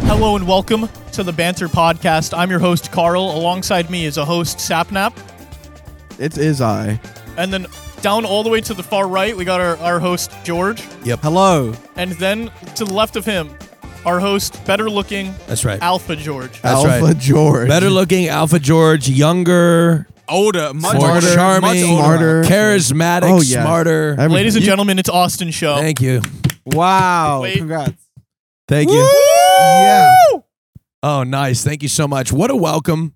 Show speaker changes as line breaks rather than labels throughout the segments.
Hello and welcome to the Banter Podcast. I'm your host, Carl. Alongside me is a host, Sapnap.
It is I.
And then down all the way to the far right, we got our, our host, George.
Yep.
Hello.
And then to the left of him, our host, better looking
That's right.
Alpha George.
That's
Alpha
right.
George.
Better looking Alpha George, younger,
older, much
more
older,
charming,
much older.
Smarter.
charismatic,
Oh, yeah.
smarter.
Everything.
Ladies and
You-
gentlemen, it's Austin
Oh.
Show.
Thank you.
Wow.
Wait.
Congrats.
Thank you.
Yeah.
Oh, nice. Thank you so much. What a welcome.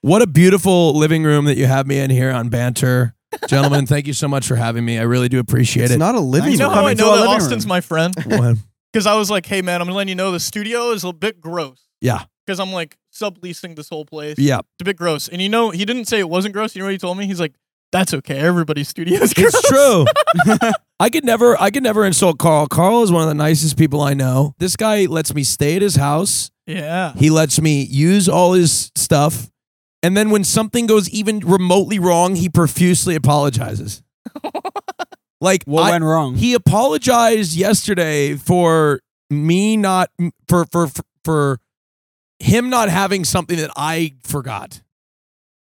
What a beautiful living room that you have me in here on Banter. Gentlemen, thank you so much for having me. I really do appreciate
It's
it.
not a living
You know
room.
how I
Coming to
know
our
that
living
Austin's
room.
my friend?
One.
Because I was like, hey, man, I'm letting you know the studio is a bit gross.
Yeah.
Because I'm like subleasing this whole place.
yeah,
It's a bit gross. And you know, he didn't say it wasn't gross. You know what he told me? He's like, that's okay. Everybody's studio is gross.
it's true. I could never, I could never insult Carl. Carl is one of the nicest people I know. This guy lets me stay at his house.
Yeah.
He lets me use all his stuff. And then when something goes even remotely wrong, he profusely apologizes. like
What
I-
went wrong?
he apologized yesterday for me not for for for, for him not having something that I forgot.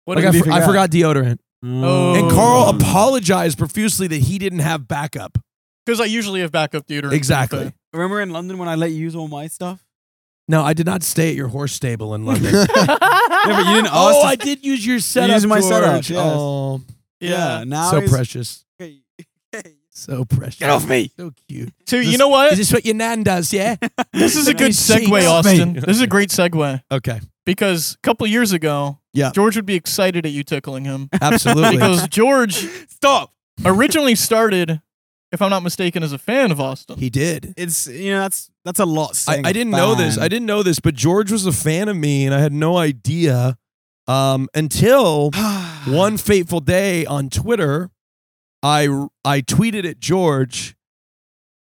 What
Like
did
I,
he
for- I
forget?
forgot deodorant.
Oh.
And Carl apologized profusely that he didn't have backup.
Because I usually have backup theater.
Exactly.
Remember in London when I let you use all my stuff?
No, I did not stay at your horse stable in London.
Yeah, but you didn't ask.
oh,
to-
I did use your setup.
used my setup,
George.
yes.
Oh,
yeah.
now
so
he's-
precious.
Okay.
So precious.
Get off me.
So cute.
So you
This-
know what?
Is this what your nan does? Yeah.
This is a good
Nice cheeks,
segue,
mate.
Austin. This is a great segue
okay.
because a couple years ago,
Yeah.
George would be excited at you tickling him
Absolutely.
because George
Stop.
originally started, if I'm not mistaken, as a fan of Austin.
he did.
It's you know that's that's a lot.
I, I didn't know this. I didn't know this, but George was a fan of me, and I had no idea um, until
didn't.
one fateful day on Twitter. I I tweeted at George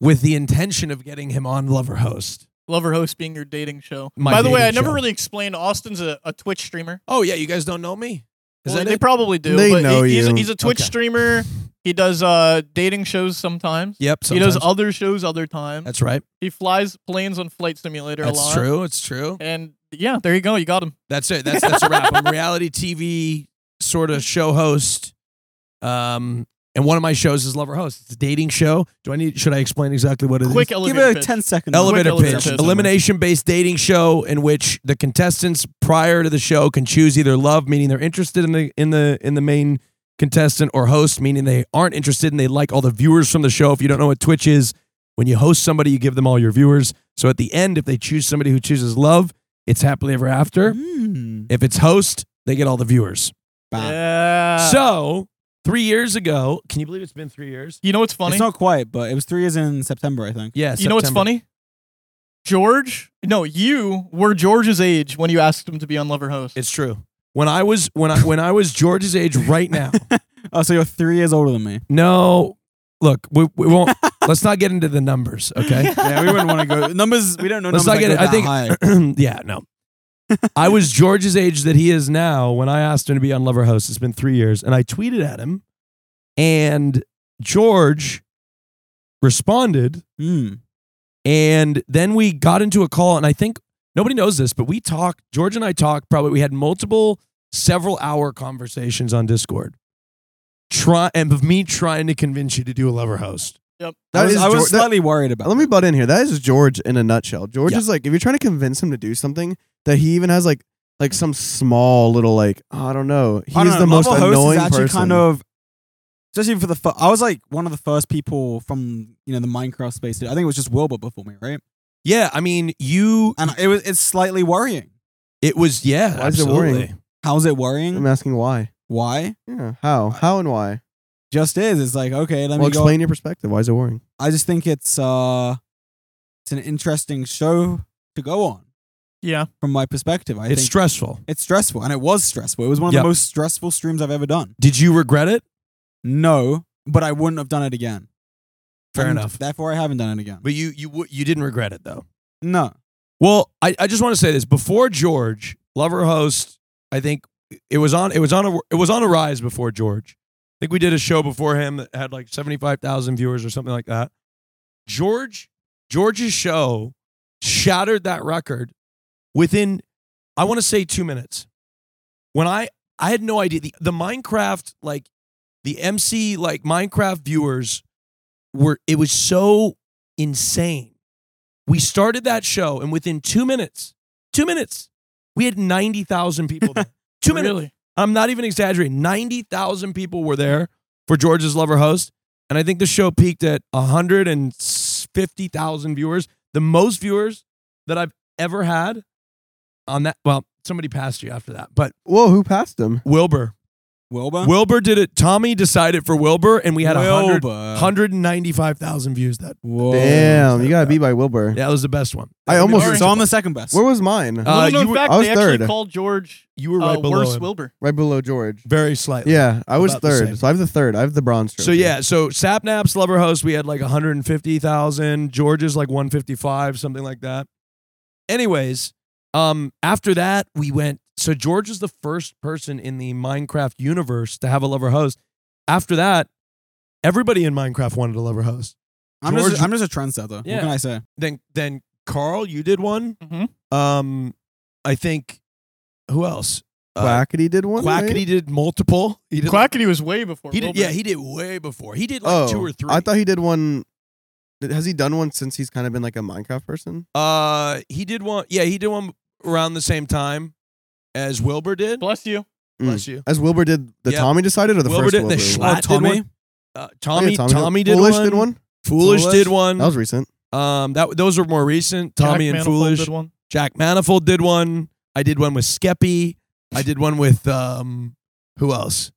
with the intention of getting him on Lover Host.
Lover Host being your dating show.
My
By the way,
dating
I never
show.
really explained Austin's a, a Twitch streamer.
Oh yeah, you guys don't know me. Is
Well,
that
they
it?
probably do.
They
but
know
he- he's, a,
you.
he's a Twitch
Okay.
streamer. He does uh, dating shows sometimes.
Yep.
He does
sometimes.
other shows other times.
That's right.
he flies planes on Flight Simulator a
That's
lot.
true. It's true.
And yeah, there you go. You got him.
That's it. That's that's a wrap. I'm a reality TV sort of show host. Um, and one of my shows is Lover Host. It's a dating show. Do I need? Should I explain exactly what it is?
Quick
Give
elevator
it a
pitch.
ten second.
Elevator
quick
pitch,
elevator pitch.
elimination-based dating show in which the contestants prior to the show can choose either love, meaning they're interested in the in the in the main contestant, or host, meaning they aren't interested and they like all the viewers from the show. If you don't know what Twitch is, when you host somebody, you give them all your viewers. So at the end, if they choose somebody who chooses love, it's happily ever after.
Mm.
If it's host, they get all the viewers.
Bam.
Yeah.
so three years ago, Uh, can you believe it's been three years?
you know what's funny?
It's not quite, but it was three years in September, I think.
Yes.
you know what's funny? George, no, you were George's age when you asked him to be on Lover Host.
It's true. When I was when I when I was George's age right now.
Oh, so you're three years older than me.
No, look, we, we won't. let's not get into the numbers, okay?
yeah, we wouldn't want to go numbers. We don't know
Let's
numbers.
not
that
get.
go
it- I
that
think.
high.
yeah, no. I was George's age that he is now when I asked him to be on Lover Host. It's been three years, and I tweeted at him, and George responded.
Mm.
And then we got into a call, and I think nobody knows this, but we talked, George and I talked probably, we had multiple several hour conversations on Discord. Try and of me trying to convince you to do a lover host.
That
I was,
is
I was
George- that-
slightly worried about.
Let me butt in here. That is George in a nutshell. George
Yeah.
is like, if you're trying to convince him to do something that he even has like like some small little like I don't know. He's
I don't
the
know,
most
Lava Host
annoying
is actually
person.
Kind of, especially for the. Fu- I was like one of the first people from you know the Minecraft space. I think it was just Wilbur before me, right?
Yeah, I mean, you
And it was. It's slightly worrying.
it was yeah,
Why is it
absolutely.
worrying?
How's it worrying?
I'm asking why.
Why?
Yeah. How? How and why?
Just is. It's like okay, let
well,
me go.
explain your perspective. Why is it worrying?
I just think it's uh, it's an interesting show to go on
yeah.
from my perspective. I
It's
think
stressful.
it's stressful, and it was stressful. It was one of
Yep.
the most stressful streams I've ever done.
Did you regret it?
No, but I wouldn't have done it again.
Fair
And
enough.
Therefore, I haven't done it again.
But you you w- you didn't regret it though.
No.
Well, I, I just want to say this before George Lover Host. I think it was on it was on a it was on a rise before George. I think we did a show before him that had like seventy five thousand viewers or something like that. George George's show shattered that record within I want to say 2 minutes. When I I had no idea the, the Minecraft like the MC like Minecraft viewers were it was so insane. We started that show and within 2 minutes, 2 minutes, we had 90,000 people there. 2 minutes.
Really?
I'm not even exaggerating. 90,000 people were there for George's Lover Host. And I think the show peaked at 150,000 viewers, the most viewers that I've ever had on that. Well, somebody passed you after that, but
Whoa, who passed him?
Wilbur.
Wilbur.
Wilbur did it. Tommy decided for Wilbur, and we had 100,
Wilbur.
195,usand views. That,
Whoa.
Damn, you
that
gotta
bad?
be by Wilbur.
that was the best one.
I almost-
So I'm the second best.
Where was mine?
Uh,
Little known
you were-
fact,
I was
they actually
third.
called George
You were
uh,
right below
worse
him.
Wilbur.
right below George.
Very slightly.
Yeah, I was
About the same.
third. So I have the third. I have the bronze.
So
trophy.
yeah, so Sapnap's lover host, we had like 150,000. George's like 155, something like that. Anyways, um, after that we went. So George is the first person in the Minecraft universe to have a lover host. After that, everybody in Minecraft wanted a lover host.
I'm
George-
just, I'm just a trendsetter.
Yeah.
What can I say?
Then then Carl, you did one.
Mm-hmm.
Um, I think who else? Uh,
Quackity did one. right?
Quackity did multiple. He did.
Quackity was way before.
he did,
Wilbur.
yeah, he did way before. He did like two or three.
Oh, I thought he did one. Has he done one since he's kind of been like a Minecraft person?
Uh, he did one. Yeah, he did one around the same time as Wilbur did.
Bless you.
Bless you.
As Wilbur did the
Yeah.
Tommy decided or Mm. the
Wilbur
first
did- the
Wilbur?
Oh,
Oh,
Schlatt did
Tommy?
one. Uh, Tommy,
Yeah,
Tommy, did,
Foolish
one.
did one.
Foolish,
Foolish.
did one.
That was recent.
um, that those were more recent. Tommy
Jack
and
Manifold
Foolish.
did one.
Jack Manifold did one. I did one with Skeppy. I did one with um, who else?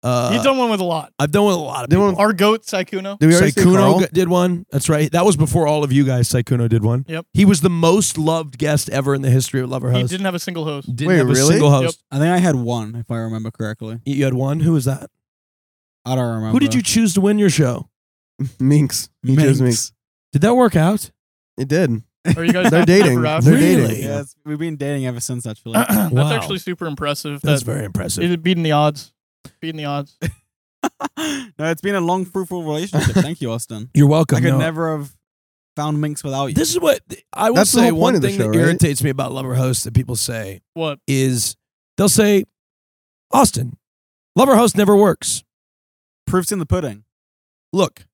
Uh,
He's done one with a lot.
I've done with a lot of
Did
people.
one-
Our goat Saikuno.
Did we already say Carl?
Saikuno g- did one. That's right. That was before all of you guys. Saikuno did one.
Yep.
He was the most loved guest ever in the history of Lover
He
Host.
didn't have a single host.
Didn't
Wait,
have a
really?
single
Yep.
host.
I think I had one, if I remember correctly.
You had one. Who was that?
I don't remember.
Who did you choose to win your show?
Minx. He chose Minx.
Minx.
Did that work out?
It did.
Are you guys
They're
happy
dating.
for Raph?
They're
Really?
dating.
Yeah, it's, we've been dating ever since, actually.
That's
Wow.
actually super impressive.
That's
That
very impressive.
it beating the odds. Beating the odds.
no, it's been a long, fruitful relationship. Thank you, Austin.
You're welcome.
I could
No.
never have found Minx without you.
this is what I will
That's the
say.
whole point
One
of the
thing
show,
that
right?
irritates me about lover hosts that people say
What?
is they'll say, "Austin, lover host never works."
Proof's in the pudding.
Look,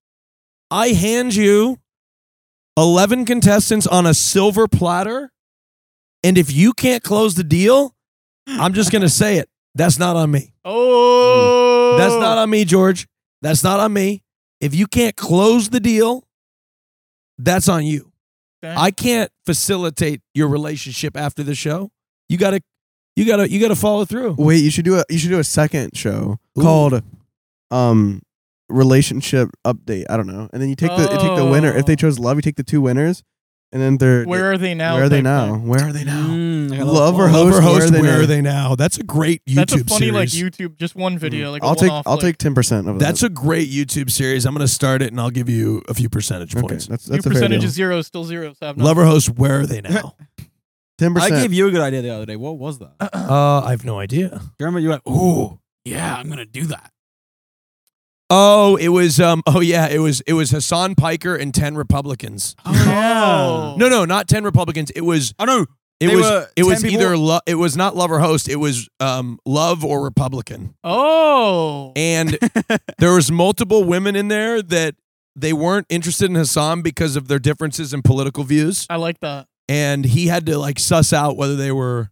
I hand you eleven contestants on a silver platter, and if you can't close the deal, I'm just gonna say it. That's not on me.
Oh,
That's not on me, George. That's not on me. If you can't close the deal, that's on you.
Dang.
I can't facilitate your relationship after the show. You gotta, you gotta, you gotta follow through.
Wait, you should do a you should do a second show
Ooh.
called um relationship update. I don't know. And then you take the you take the winner. If they
Oh.
chose love, you take the two winners, and then they're
Where are they now?
where are they
type
now?
thing.
Where are they now?
Mm, like a little-
Love or
oh,
host?
Lover
where are they now?
now? That's a great YouTube
That's a funny
series.
like YouTube, just one video. Like a
Hmm. I'll take
one-off,
I'll
like,
take ten percent of that.
That's a great YouTube series. I'm gonna start it and I'll give you a few percentage
okay.
points.
That's
Your
that's a fair
percentage
deal.
is zero, still zero. So I have
Lover host, where are they now? e-
Ten
I
percent.
gave you a good idea the other day. What was that? Do
uh, I have no idea.
you remember you went, ooh, yeah, I'm going to do that.
Oh, it was um. Oh yeah, it was it was Hassan Piker and ten Republicans.
Oh.
No, no, not ten Republicans. It was
Oh, no.
It
They
was
were
it
10
was
people?
either lo- it was not love or host. It was um, love or Republican,
Oh,
and there was multiple women in there that they weren't interested in Hassan because of their differences in political views,
I like that.
and he had to like suss out whether they were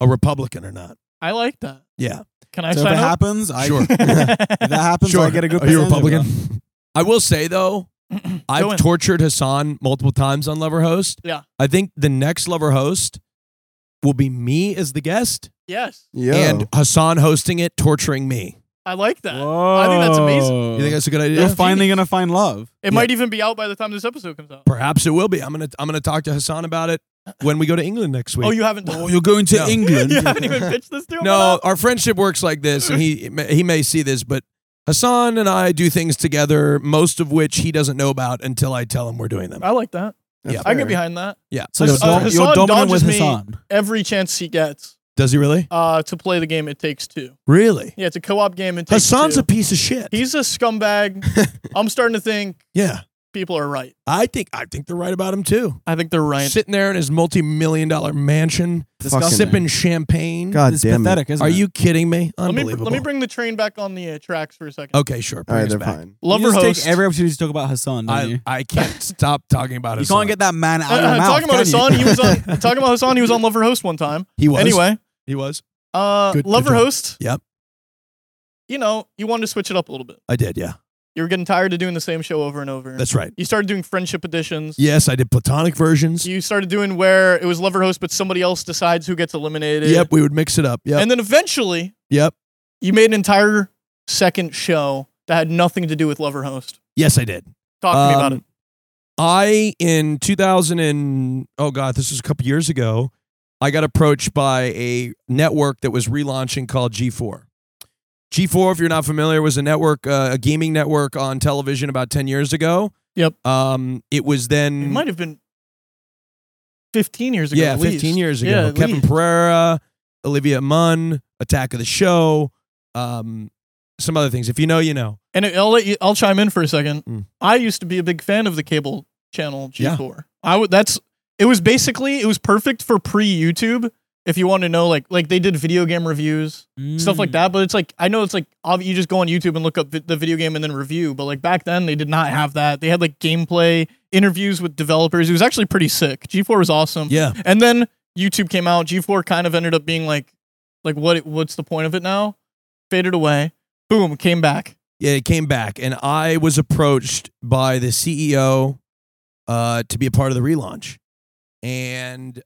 a Republican or not.
I like that.
Yeah,
Can I
So if
sign
it
up?
happens, I,
sure,
if that happens,
sure.
I get a good
Are you
percentage of
Republican?
that.
I will say though, I've
Go in.
tortured Hassan multiple times on Lover Host.
Yeah.
I think the next Lover Host will be me as the guest
yes,
Yo.
and Hassan hosting it, torturing me.
I like that. I think that's amazing.
Whoa.
You think that's a good idea?
You're finally going to find love.
It might even be out by the time this episode comes out.
Perhaps it will be. I'm gonna I'm gonna talk to Hassan about it when we go to England next week.
Oh, you haven't.
you're going
to No.
England?
you haven't even pitched this to him.
no,
yet?
our friendship works like this, and he he may see this, but Hassan and I do things together, most of which he doesn't know about until I tell him we're doing them.
I like that.
That's
Yeah.
I can get
fair.
behind that.
Yeah.
So
Uh,
you're, dom-
Hassan
you're dominant with
dodges me.
Hassan.
Every chance he gets
Does he really?
uh, to play the game, it takes two.
Really?
Yeah, it's a co-op game. It takes
Hassan's
two.
a piece of shit.
He's a scumbag. I'm starting to think
yeah.
people are right.
I think I think they're right about him too.
I think they're right.
Sitting there in his multi-million dollar mansion,
Fucking-
sipping champaign.
God
it's
damn
pathetic, isn't
Are
it?
you kidding me?
Let me
Unbelievable.
let me bring the train back on the uh, tracks for a second.
okay, sure.
it. All
Bring
right,
us
they're
back.
fine.
Love
you
or
just
host.
take every opportunity to talk about Hassan, don't you?
I, I can't stop talking about
You
it.
can't get that man out
Uh,
of your
uh,
mouth.
talking about
can you?
Hassan, he was on talking about Hassan. He was on Love or Host one time.
He was
Anyway,
He was.
uh,
Good-
Love
good
or
job.
Host.
Yep.
You know, you wanted to switch it up a little bit.
I did. Yeah,
You were getting tired of doing the same show over and over.
that's right.
you started doing friendship editions.
Yes, I did platonic versions.
You started doing where it was Love or Host, but somebody else decides who gets eliminated.
Yep, we would mix it up. Yep,
And then eventually,
yep.
you made an entire second show that had nothing to do with Love or Host.
Yes, I did.
Talk to me about
Um,
it.
I in 2000 and oh god, this was a couple years ago. I got approached by a network that was relaunching called G4. G4, if you're not familiar, was a network, uh, a gaming network on television about 10 years ago.
Yep.
Um, it was then
It might have been 15 years ago.
yeah,
at
15
least.
years ago.
Yeah, at
Kevin
least.
Pereira, Olivia Munn, Attack of the Show, um, some other things. If you know, you know.
And I'll let you. I'll chime in for a second.
Mm.
I used to be a big fan of the cable channel
Yeah.
G4. I would. That's. It was basically. It was perfect for pre YouTube. If you want to know, like, like they did video game reviews, stuff
Mm.
like that. But it's like I know it's like obvi- you just go on YouTube and look up vi- the video game and then review. But like back then, they did not have that. They had like gameplay interviews with developers. It was actually pretty sick. G4 was awesome.
Yeah.
And then YouTube came out. G4 kind of ended up being like, like what? it- What's the point of it now? Faded away. Boom. Came back.
Yeah, it came back, and I was approached by the CEO uh, to be a part of the relaunch, and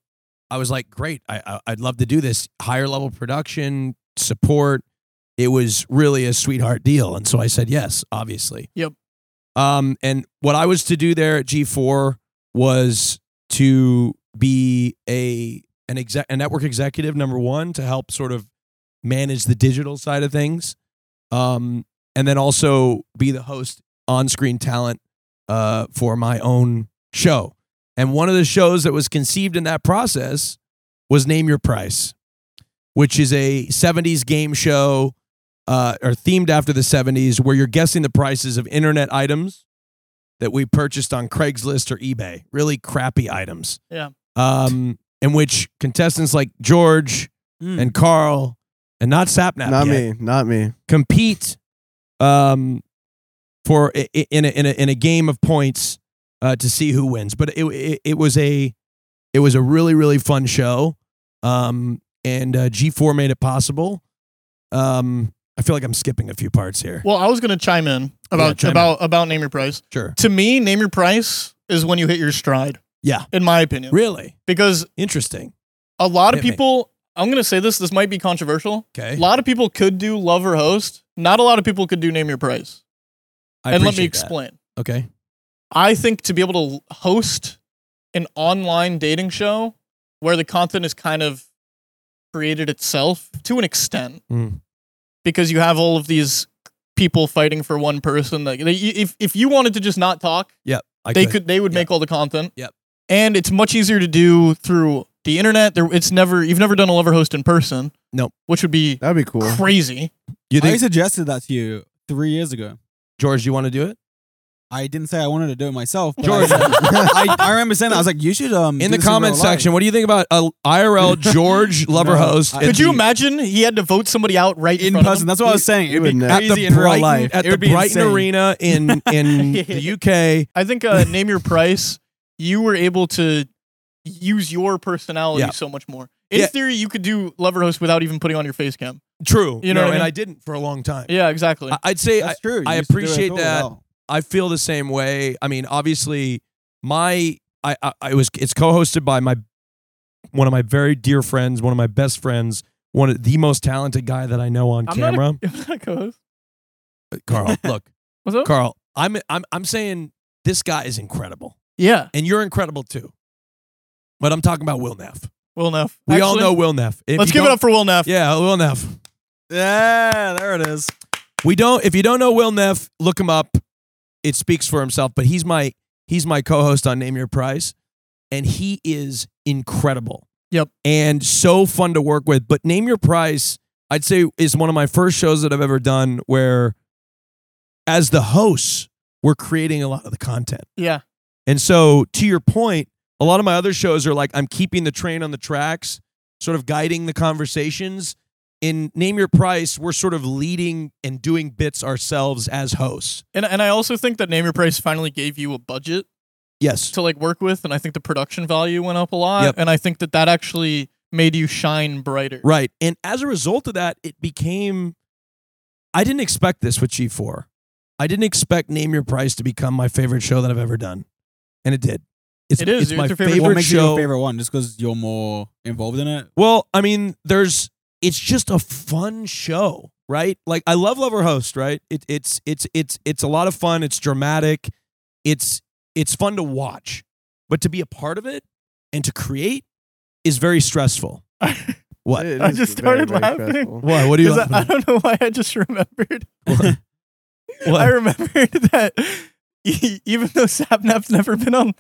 I was like, "Great, I, I, I'd love to do this higher level production support." It was really a sweetheart deal, and so I said yes, obviously.
Yep.
Um, and what I was to do there at G four was to be a an exec, a network executive number one to help sort of manage the digital side of things. Um, and then also be the host on screen talent uh, for my own show. And one of the shows that was conceived in that process was Name Your Price, which is a 70s game show uh, or themed after the 70s where you're guessing the prices of internet items that we purchased on Craigslist or eBay, really crappy items.
Yeah.
Um, in which contestants like George
Mm.
and Carl and not Sapnap yet,
Not me. Not me.
compete um, for i- i- in a, in a, in a game of points uh, to see who wins. But it, it it was a it was a really really fun show, um, and uh, G four made it possible. Um, I feel like I'm skipping a few parts here.
Well, I was gonna chime in about
Yeah, chime in.
about about name your price.
Sure.
To me, name your price is when you hit your stride,
Yeah.
in my opinion,
Really
because
interesting.
a lot of
Hit me.
people. I'm gonna say this. This might be controversial.
Okay.
A lot of people could do love or host. Not a lot of people could do name your price.
I
and let me
appreciate that.
explain.
Okay.
I think to be able to l- host an online dating show where the content is kind of created itself to an extent
Mm.
because you have all of these people fighting for one person like they, if if you wanted to just not talk
I
they could they would
Yep.
make all the content
Yep.
and it's much easier to do through the internet there it's never you've never done a lover host in person
Nope.
which would be
That'd be cool.
crazy
You
mm. I
think
suggested that to you three years ago.
George? You want to do it
I didn't say I wanted to do it myself. but
George.
I, I remember saying that. I was like, you should um
in
do
the
this real
comments
life.
section? What do you think about uh, a IRL George lover
No,
host?
I-
at
could you
the-
imagine he had to vote somebody out right in,
in
front of
person.
him?
That's what I was saying. It'd
would
be
know.
at
crazy
the
in
Brighton,
real life.
at
It
the
would be
Brighton
insane.
Arena in in the UK.
I think uh, name your price. You were able to use your personality
Yeah.
so much more. In
Yeah.
theory, you could do lover host without even putting on your face cam.
True,
You know what I
and
mean?
I didn't for a long time.
Yeah, exactly.
I, would say I,
That's true. You
I
used to do it
appreciate
all
that.
without-
I feel the same way. I mean, obviously, my I, I I was it's co-hosted by my one of my very dear friends, one of my best friends, one of the most talented guy that I know on
I'm not a-
camera.
Am I a co-host?
Carl, look,
What's up?
Carl, I'm I'm I'm saying this guy is incredible,
yeah.
and you're incredible too. But I'm talking about Will Neff.
Will Neff.
We all
Actually,
know Will Neff. If
Let's
you
give it
don't-
up for Will Neff.
Yeah, Will Neff.
Yeah, there it is.
We don't. If you don't know Will Neff, look him up. It speaks for himself. But he's my he's my co-host on Name Your Price, and he is incredible.
Yep.
And so fun to work with. But Name Your Price, I'd say, is one of my first shows that I've ever done where, as the host, we're creating a lot of the content.
Yeah.
And so, to your point, a lot of my other shows are like I'm keeping the train on the tracks, sort of guiding the conversations. In Name Your Price, we're sort of leading and doing bits ourselves as hosts.
And and I also think that Name Your Price finally gave you a budget
Yes.
to like work with, and I think the production value went up a lot,
Yep.
and I think that that actually made you shine brighter.
Right. And as a result of that, it became I didn't expect this with G4. I didn't expect Name Your Price to become my favorite show that I've ever done. And it did. It's,
It is, dude.
my
It's your favorite-
What
favorite
makes you
show.
your favorite one? Just because you're more involved in it?
Well, I mean, there's it's just a fun show, right? Like I love Lover Host, right? It, it's it's it's it's a lot of fun. It's dramatic. It's it's fun to watch, but to be a part of it and to create is very stressful. What?
It
I
is
just
very,
started
very
laughing.
stressful.
Why? What do you?
'Cause I, I
laughing
don't know why I just remembered.
at? What?
I remembered that e- even though Sapnap's never been on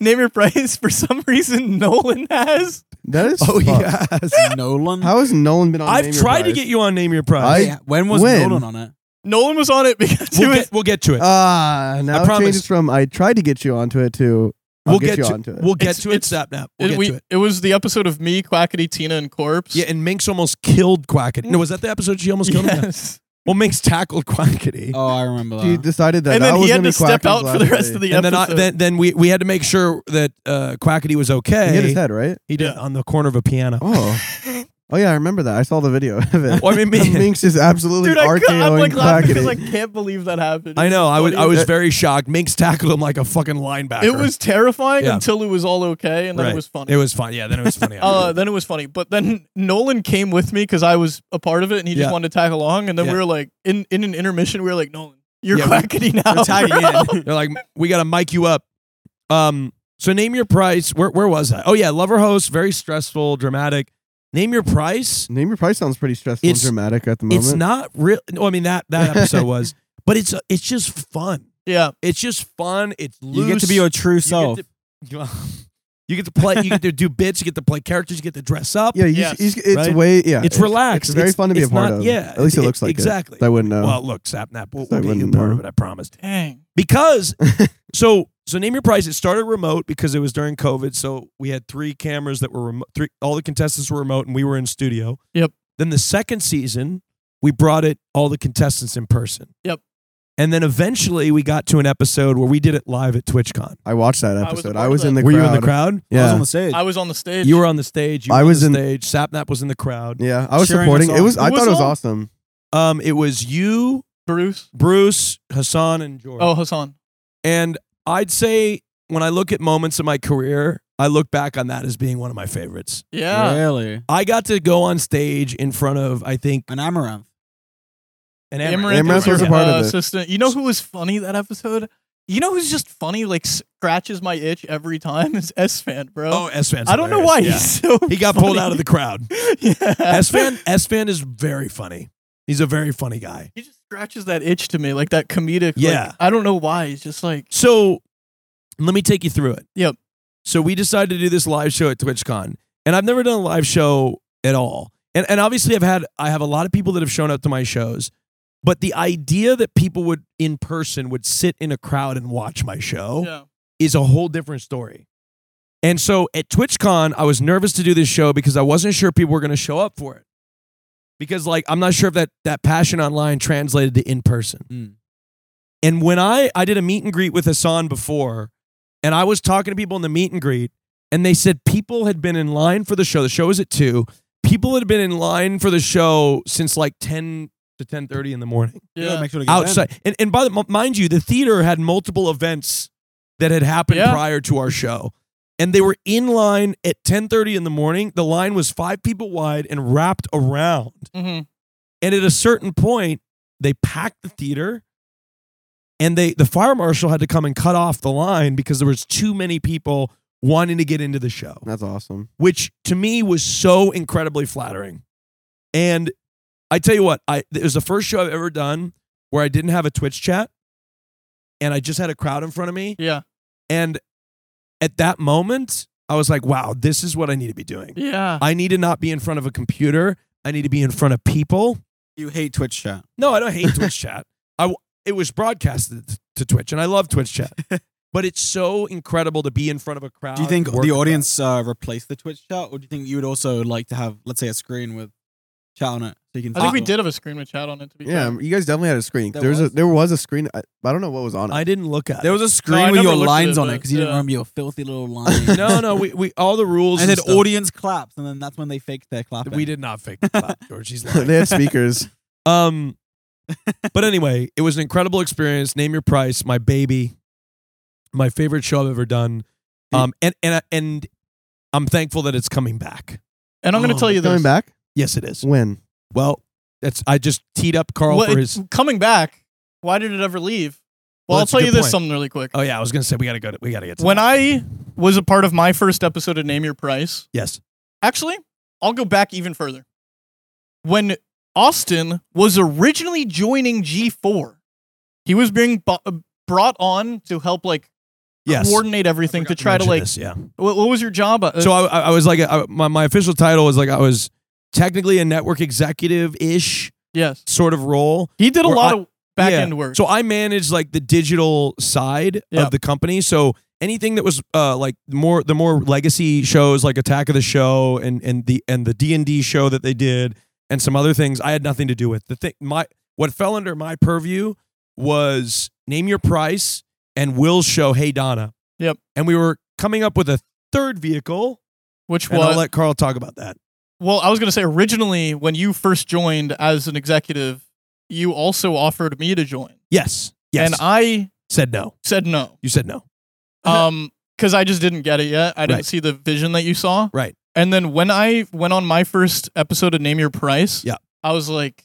Name Your Price, for some reason Nolan has.
That is.
Oh
fucked.
yes.
Nolan.
How has Nolan been on?
I've
Name Your
tried to
Price?
get you on Name Your Price.
I-
Hey, when was
when?
Nolan on it?
Nolan was on it because he
we'll
was.
get we'll get to it.
Ah, now it
promise.
changes from I tried to get you onto it to I'll
we'll
get,
get,
you
to
onto it.
We'll get
It's-
to it.
it's-
Sapnap. We'll
it,
get
we-
to it.
it was the episode of me, Quackity, Tina, and Corpse.
Yeah, and Minx almost killed Quackity. No, was that the episode she almost killed him?
Yes.
Well, Minx tackled Quackity.
Oh, I remember that.
He decided that
And
that
then
was
he had
gonna
to
be
step
Quacken's
out for
last
the rest
day.
of the
and then, I,
episode.
then then we we had to make sure that uh, Quackity was okay.
He hit his head, right?
He did on the corner of a piano.
Oh, oh yeah, I remember that. I saw the video of it.
Well, I mean, me-
Minx is absolutely
Dude, I, cou- I'm
RKOing
like laughing
Quackity.
because I can't believe that happened.
I know. I was I
Funny.
was very shocked. Minx tackled him like a fucking linebacker.
It was terrifying
Yeah.
until it was all okay, and then
Right.
it was funny.
It was fun. Yeah. Then it was funny.
uh, then it was funny, but then Nolan came with me because I was a part of it, and he
Yeah.
just wanted to tag along. And then
Yeah.
we were like, in in an intermission, we were like, Nolan, you're
Yeah, we-
quackity
Uh,
now.
we're tagging
bro.
in.
They're like, we got to mic you up. Um. So name your price. Where where was I? Oh yeah, lover host. Very stressful, dramatic. Name your price.
Name Your Price sounds pretty stressful and
It's-
dramatic at the moment.
It's not real. No, I mean that that episode was, but it's it's just fun.
Yeah,
It's just fun. It's
you
loose.
get to be your true
You get
self.
to- you get to play. You get to do bits. You get to play characters. You get to dress up.
yeah, you,
Yes.
you- it's
Right?
way yeah.
it's, relaxed.
It's very fun to be a
it's
part
not-
of.
Yeah, e,
at least it looks like
exactly.
It. I wouldn't know.
Well, look, Sapnap, we'll,
I
we'll be a
wouldn't
part
know.
of it. I promised.
dang.
Because so so name your price. It started remote because it was during COVID. So we had three cameras that were remote. Three all the contestants were remote, and we were in studio.
Yep.
Then the second season, we brought it all the contestants in person.
Yep.
And then eventually we got to an episode where we did it live at TwitchCon.
I watched that
was a
episode.
part
I
of
was,
that.
in the
were
crowd.
you in the crowd?
I was
Yeah,
on the stage.
I was on the stage.
You were on the stage. You
I
were
was
on
in-
the stage. Sapnap was in the crowd.
yeah. I was
Cheering us
supporting. It
on.
was. I
Who was
thought it was
on?
awesome.
Um, it was you,
Bruce.
Bruce, Hassan, and George.
Oh, Hassan.
And I'd say when I look at moments in my career, I look back on that as being one of my favorites.
Yeah.
Really?
I got to go on stage in front of, I think,
An amaranth.
an
Amaranth, was
Amaranth was
your,
a part
uh,
of it.
assistant. You know who was funny that episode? You know who's just funny, like scratches my itch every time is S Fan, bro.
Oh, S fan.
I don't know why he's so.
He got pulled out of the crowd.
the. yeah.
S fan. S fan is very funny. He's a very funny guy.
He just scratches that itch to me, like that comedic.
Yeah.
Like, I don't know why. He's just like.
So let me take you through it.
Yep.
So we decided to do this live show at TwitchCon, and I've never done a live show at all. And and obviously I've had I have a lot of people that have shown up to my shows, but the idea that people would in person would sit in a crowd and watch my show
Yeah.
is a whole different story. And so at TwitchCon, I was nervous to do this show because I wasn't sure people were going to show up for it. Because like I'm not sure if that that passion online translated to in person.
Mm.
And when I I did a meet and greet with Hassan before, and I was talking to people in the meet and greet, and they said people had been in line for the show. The show was at two. People had been in line for the show since like ten to ten thirty in the morning
Yeah.
Make sure to get
outside. And, and by the m- mind you, the theater had multiple events that had happened
Yeah.
prior to our show, and they were in line at ten thirty in the morning. The line was five people wide and wrapped around.
Mhm.
And at a certain point, they packed the theater, and they the fire marshal had to come and cut off the line because there was too many people wanting to get into the show
That's awesome.
which to me was so incredibly flattering. And I tell you what, I it was the first show I've ever done where I didn't have a Twitch chat and I just had a crowd in front of me.
Yeah.
And at that moment, I was like, wow, this is what I need to be doing.
Yeah.
I need to not be in front of a computer. I need to be in front of people.
You hate Twitch chat.
No, I don't hate Twitch chat. I, w- it was broadcasted to Twitch, and I love Twitch chat. but it's so incredible to be in front of a crowd.
Do you think
and work
the
with
audience uh, replaced the Twitch chat, or do you think you would also like to have, let's say, a screen with chat on it? So you can
I think
talk
we
to-
did have a screen with chat on it. To be
Yeah,
fair.
you guys definitely had a screen.
There
there was a
was.
there was a screen. I, I don't know what was on
that.
it.
I didn't look at.
There
it.
was a
No, I
screen with
never
your
looked at
lines
it,
on it
but,
because you didn't
yeah.
remember your filthy little lines.
no, no, we, we all the rules
And
and
then
stuff,
audience claps, and then that's when they faked their clapping.
uh, We did not fake the clap, George. He's lying.
they had speakers.
Um, but anyway, it was an incredible experience. Name your price, my baby, my favorite show I've ever done. Um, and and I- and I'm thankful that it's coming back.
and I'm going
Oh,
to tell you
Coming
this.
back
Yes, it is.
when?
Well, that's I just teed up Carl
What-
for
it-
his.
coming back. Why did it ever leave? Well,
Well,
I'll
that's a
tell you
good
this
point.
something really quick.
Oh yeah, I was gonna say we gotta go. To, we gotta get to
when
that.
I was a part of my first episode of Name Your Price,
yes
actually, I'll go back even further. When Austin was originally joining G4, he was being bu- uh, brought on to help like
yes
coordinate everything to
Forgot
try to
mention
like.
this, yeah.
What, what was your job? Uh,
so I, I I was like I, my my official title was like I was technically a network executive ish
yes,
sort of role,
he did a
Or
lot
I-
of back
Yeah.
end work.
So I manage like the digital side
Yeah.
of the company. So anything that was uh, like more the more legacy shows like Attack of the Show and and the and the D and D show that they did and some other things I had nothing to do with. The thing my what fell under my purview was name your price and Will's show Hey Donna.
Yep.
And we were coming up with a third vehicle,
which
and
was
I'll let Carl talk about that.
well, I was gonna say originally when you first joined as an executive, you also offered me to join,
Yes. Yes.
and I
said no.
said no.
You said no.
um because i just didn't get it yet i didn't
Uh-huh. Right.
see the vision that you saw
Right.
and then when i went on my first episode of name your price
Yeah.
i was like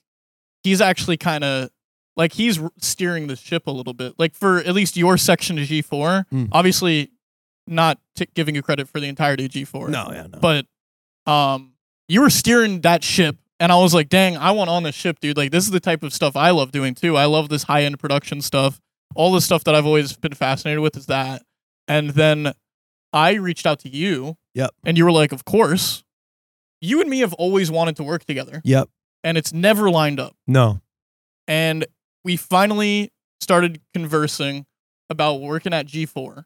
he's actually kind of like he's r- steering the ship a little bit like for at least your section of g4
Mm.
obviously not t- giving you credit for the entirety of g4
No. Yeah. No.
but um you were steering that ship and i was like dang i want on this ship dude like this is the type of stuff i love doing too i love this high-end production stuff all the stuff that i've always been fascinated with is that and then i reached out to you
Yep.
and you were like of course you and me have always wanted to work together
Yep.
and it's never lined up
No.
and we finally started conversing about working at G4.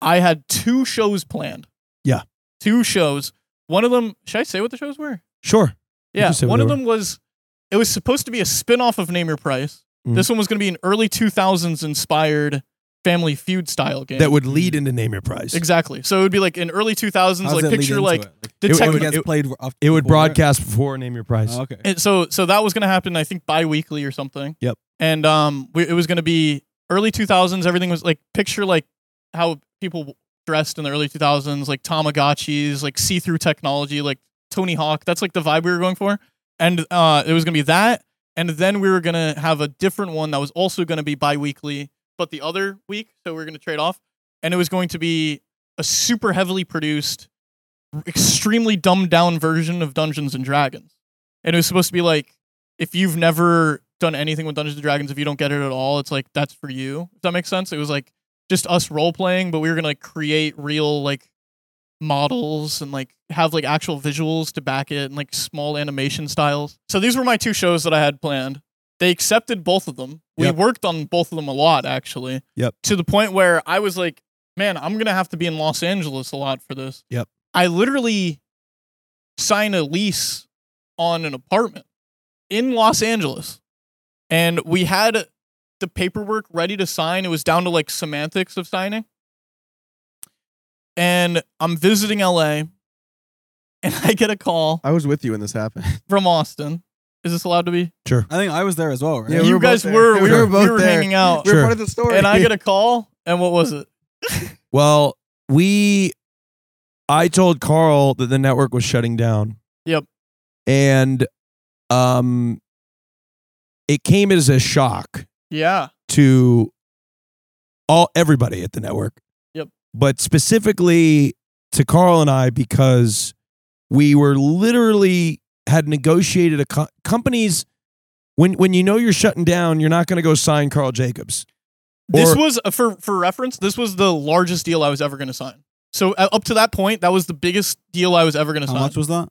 I had two shows planned.
Yeah.
Two shows. One of them, should I say what the shows were?
Sure. You
Yeah.
can say
One of
whatever.
them was, it was supposed to be a spin off of Name Your Price.
Mhm.
This one was going to be an early 2000s inspired family feud style game.
That would lead into name your price.
Exactly. So it would be like an early 2000s,
How
like
does that lead
picture
into
like
it?
the
It would-
It
technical.
would, gets
it-
played after
It would
before
broadcast before Name Your Price.
Oh, okay.
And so so that was going to happen I think bi-weekly or something.
Yep.
And um we, it was going to be early 2000s everything was like picture like how people dressed in the early 2000s like Tamagotchis, like see-through technology, like Tony Hawk. That's like the vibe we were going for. And uh it was going to be that and then we were going to have a different one that was also going to be bi-weekly but the other week so we are going to trade off and it was going to be a super heavily produced extremely dumbed down version of Dungeons and Dragons and it was supposed to be like if you've never done anything with Dungeons and Dragons, if you don't get it at all, it's like that's for you. If that makes sense, it was like just us role playing, but we were gonna like, create real like models and like have like actual visuals to back it and like small animation styles. So these were my two shows that I had planned. They accepted both of them. We
Yep.
worked on both of them a lot actually.
Yep.
To the point where I was like, man, I'm gonna have to be in Los Angeles a lot for this.
Yep.
I literally sign a lease on an apartment in Los Angeles. And we had the paperwork ready to sign. It was down to like semantics of signing. And I'm visiting LA and I get a call
I was with you when this happened.
from Austin. Is this allowed to be?
I think I was there as well, right?
Yeah, we
you
were both
guys
there.
were, we,
We
were,
were
we
both
were
there.
hanging out.
Sure.
We're part of the story.
And I get a call. And what was it?
Well, we, I told Carl that the network was shutting down.
Yep.
And, um, it came as a shock
Yeah.
to all everybody at the network.
Yep.
But specifically to Carl and I because we were literally had negotiated a co- companies when when you know you're shutting down, you're not going to go sign Carl Jacobs.
this
Or-
was uh, for for reference. This was the largest deal I was ever going to sign. So uh, up to that point, that was the biggest deal I was ever going to
How
sign.
much was that?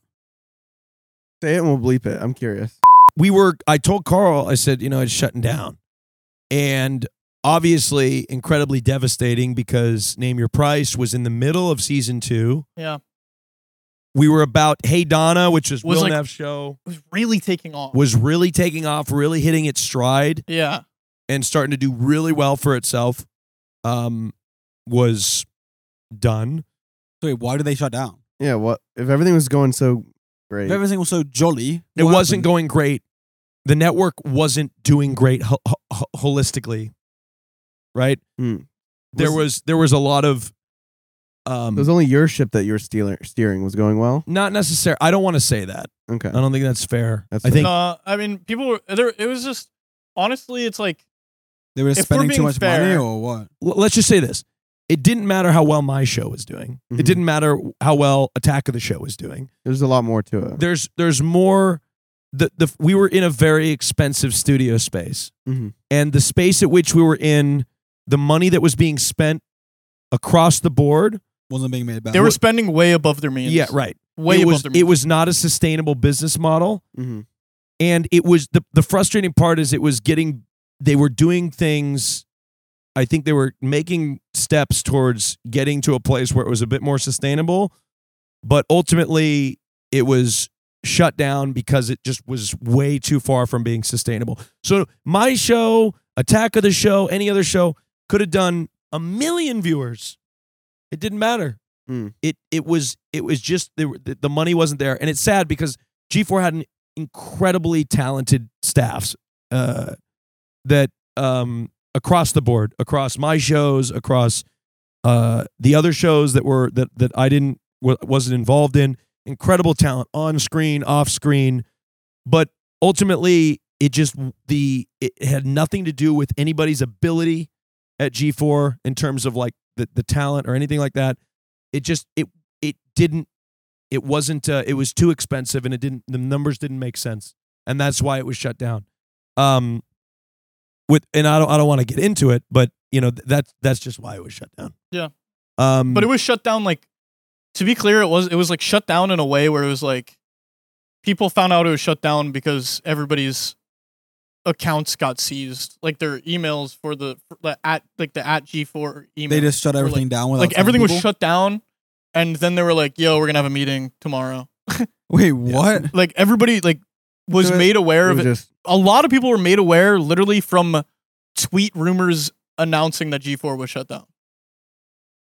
Say it and we'll bleep it. I'm curious.
we were I told Carl, I said, you know, it's shutting down. and obviously incredibly devastating because Name Your Price was in the middle of season two.
Yeah.
We were about Hey Donna, which is
Was
Will
like-
Neff's show,
was really taking off.
was really taking off, really hitting its stride.
yeah.
and starting to do really well for itself um was done
So wait, why did they shut down?
Yeah, what if everything was going so great?
If everything was so jolly,
it
what
wasn't
happened?
going great the network wasn't doing great ho- ho- ho- holistically right
Hmm.
there was there was a lot of um
It was only your ship that you were stealing, steering was going well.
not necessary i don't want to say that
Okay.
i don't think that's fair
That's
i think
Uh, I mean, people were there. It was just honestly, it's like
They were
we're
spending too
being
much money
fair-
or what?
l- let's just say this it didn't matter how well my show was doing
Mhm.
it didn't matter how well attack of the show was doing
There's a lot more to it.
there's there's more the, the we were in a very expensive studio space
Mhm.
and the space at which we were in the money that was being spent across the board
Wasn't being made back.
they were spending way above their means.
yeah right
Way
it
above
was
their means.
it was not a sustainable business model
hmm
and it was the the frustrating part is it was getting they were doing things i think they were making steps towards getting to a place where it was a bit more sustainable but ultimately it was shut down because it just was way too far from being sustainable so my show attack of the show any other show could have done a million viewers it didn't matter
Mm.
it it was it was just there were- the, the money wasn't there and it's sad because g4 had an incredibly talented staffs uh, that um, across the board, across my shows, across uh, the other shows that were that that I didn't wa- wasn't involved in, incredible talent on screen, off screen, but ultimately it just the it had nothing to do with anybody's ability at G4 in terms of like the the talent or anything like that. It just it it didn't it wasn't uh, it was too expensive and it didn't the numbers didn't make sense and that's why it was shut down um with and i don't i don't want to get into it but you know th- that's that's just why it was shut down
Yeah.
um
but it was shut down. Like to be clear, it was it was like shut down in a way where it was like people found out it was shut down because everybody's accounts got seized, like their emails for the, for the at like the at G four email.
They just shut
were, like-
everything down. Without
like
telling
everything
people?
was shut down, and then they were like, "Yo, we're gonna have a meeting tomorrow."
Wait, what?
Like everybody like was
So it-
made aware of it.
just
a lot of people were made aware literally from tweet rumors announcing that G4 was shut down.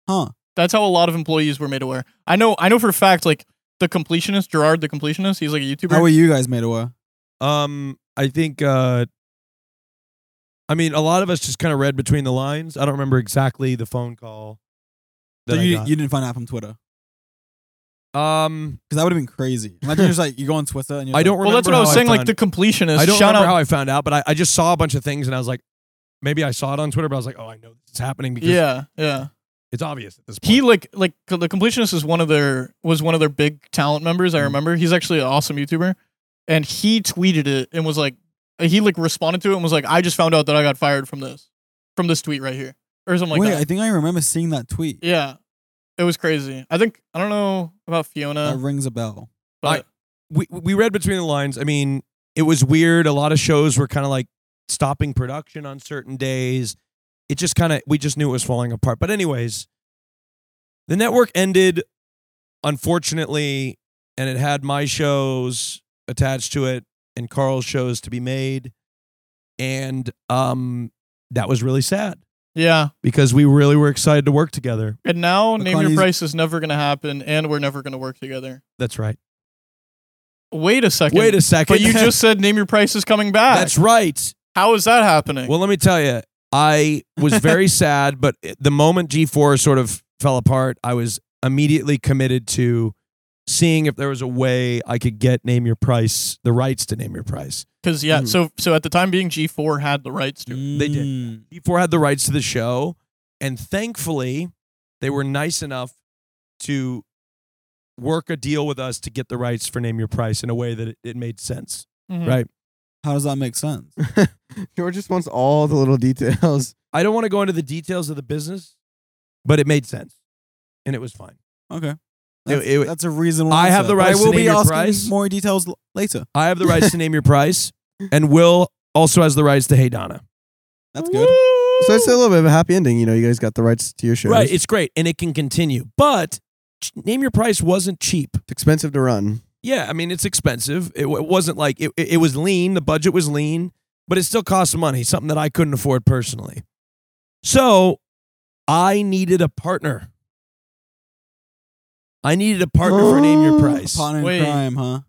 Huh.
That's how a lot of employees were made aware. I know I know for a fact like the completionist Gerard the completionist, he's like a YouTuber.
How were you guys made aware?
um i think uh i mean a lot of us just kind of read between the lines i don't remember exactly the phone call that
So
I
you,
got.
you didn't find out from Twitter
um
because that would have been crazy. Imagine just like you go on Twitter and you're
i
like,
don't remember
well, that's what I
how
was saying. like
found-
the completionist.
I don't
shout
remember
out.
how I found out, but I, I just saw a bunch of things and I was like, maybe I saw it on Twitter, but I was like, oh, I know this is happening because
yeah, yeah.
it's obvious at this point.
He like like the completionist is one of their was one of their big talent members. I
Mm-hmm.
Mhm.
remember he's actually an awesome YouTuber, and he tweeted it and was like he like responded to it and was like I just found out that I got fired from this from this tweet right here or something like
Wait,
that.
I think I remember seeing that tweet.
Yeah. It was crazy. I think I don't know about
Uh,
That
Fiona,
rings a bell.
but
we we read between the lines. I mean, it was weird. A lot of shows were kind of like stopping production on certain days. It just kind of we just knew it was falling apart. But anyways, the network ended unfortunately and it had my shows attached to it and Carl's shows to be made and um that was really sad
yeah.
because we really were excited to work together.
And now name your
Connie's-
price is never gonna happen, and we're never gonna work together.
That's right.
Wait a second.
Wait a second.
But you just said name your price is coming back.
That's right.
How is that happening?
Well, let me tell you, I was very sad, but the moment G4 sort of fell apart, I was immediately committed to seeing if there was a way I could get Name Your Price, the rights to Name Your Price.
Because yeah,
mm-hmm.
Mm.
so so at the time being, G four had the rights to. it.
They did.
Mm.
G4 had the rights to the show, and thankfully, they were nice enough to work a deal with us to get the rights for Name Your Price in a way that it, it made sense.
Mhm.
Right.
How does that make sense?
George just wants all the little details.
I don't want to go into the details of the business, but it made sense, and it was fine.
Okay. That's,
it-
that's a reasonable.
I have
answer.
the
But
rights
I
to
will
name
be
your
asking
price.
more details l- later.
I have the rights to name your price, and Will also has the rights to Hey Donna.
That's good.
So it's a little bit of a happy ending. You know, you guys got the rights to your shows.
Right,
It's
it's great, and it can continue. But ch- name your price wasn't cheap.
expensive to run.
Yeah, I mean it's expensive. It, w- it wasn't like it, it. it was lean. The budget was lean, but it still cost money. Something that I couldn't afford personally. So I needed a partner. I needed a partner for name your
Oh,
price.
Partner in
Wait.
crime, huh?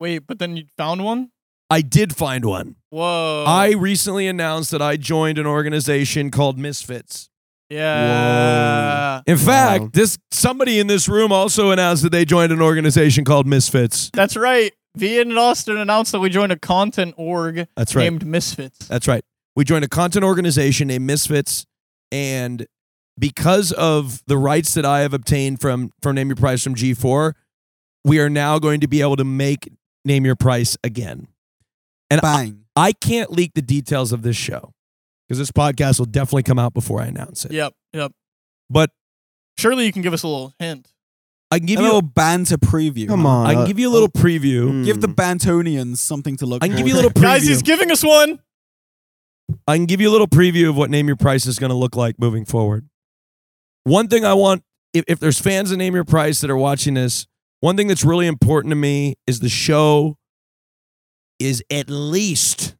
Wait, but then you found one?
I did find one.
Whoa.
I recently announced that I joined an organization called Misfits.
Yeah.
In fact,
Wow.
this somebody in this room also announced that they joined an organization called Misfits.
That's right. V and Austin announced that we joined a content org
That's right.
named Misfits.
That's right. We joined a content organization named Misfits, and because of the rights that I have obtained from from Name Your Price from G4, we are now going to be able to make Name Your Price again. And I,
Bang.
I can't leak the details of this show because this podcast will definitely come out before I announce it.
Yep. Yep.
But
Surely you can give us a little hint.
I can give
a
you
little banter preview.
Come
huh?
on.
I can
uh,
give you a little preview.
mm.
Give the Bantonians something to look.
I can give you a
forward
little preview.
Guys, he's giving us one.
I can give you a little preview of what Name Your Price is going to look like moving forward. One thing I want, if, if there's fans of Name Your Price that are watching this, one thing that's really important to me is the show is at least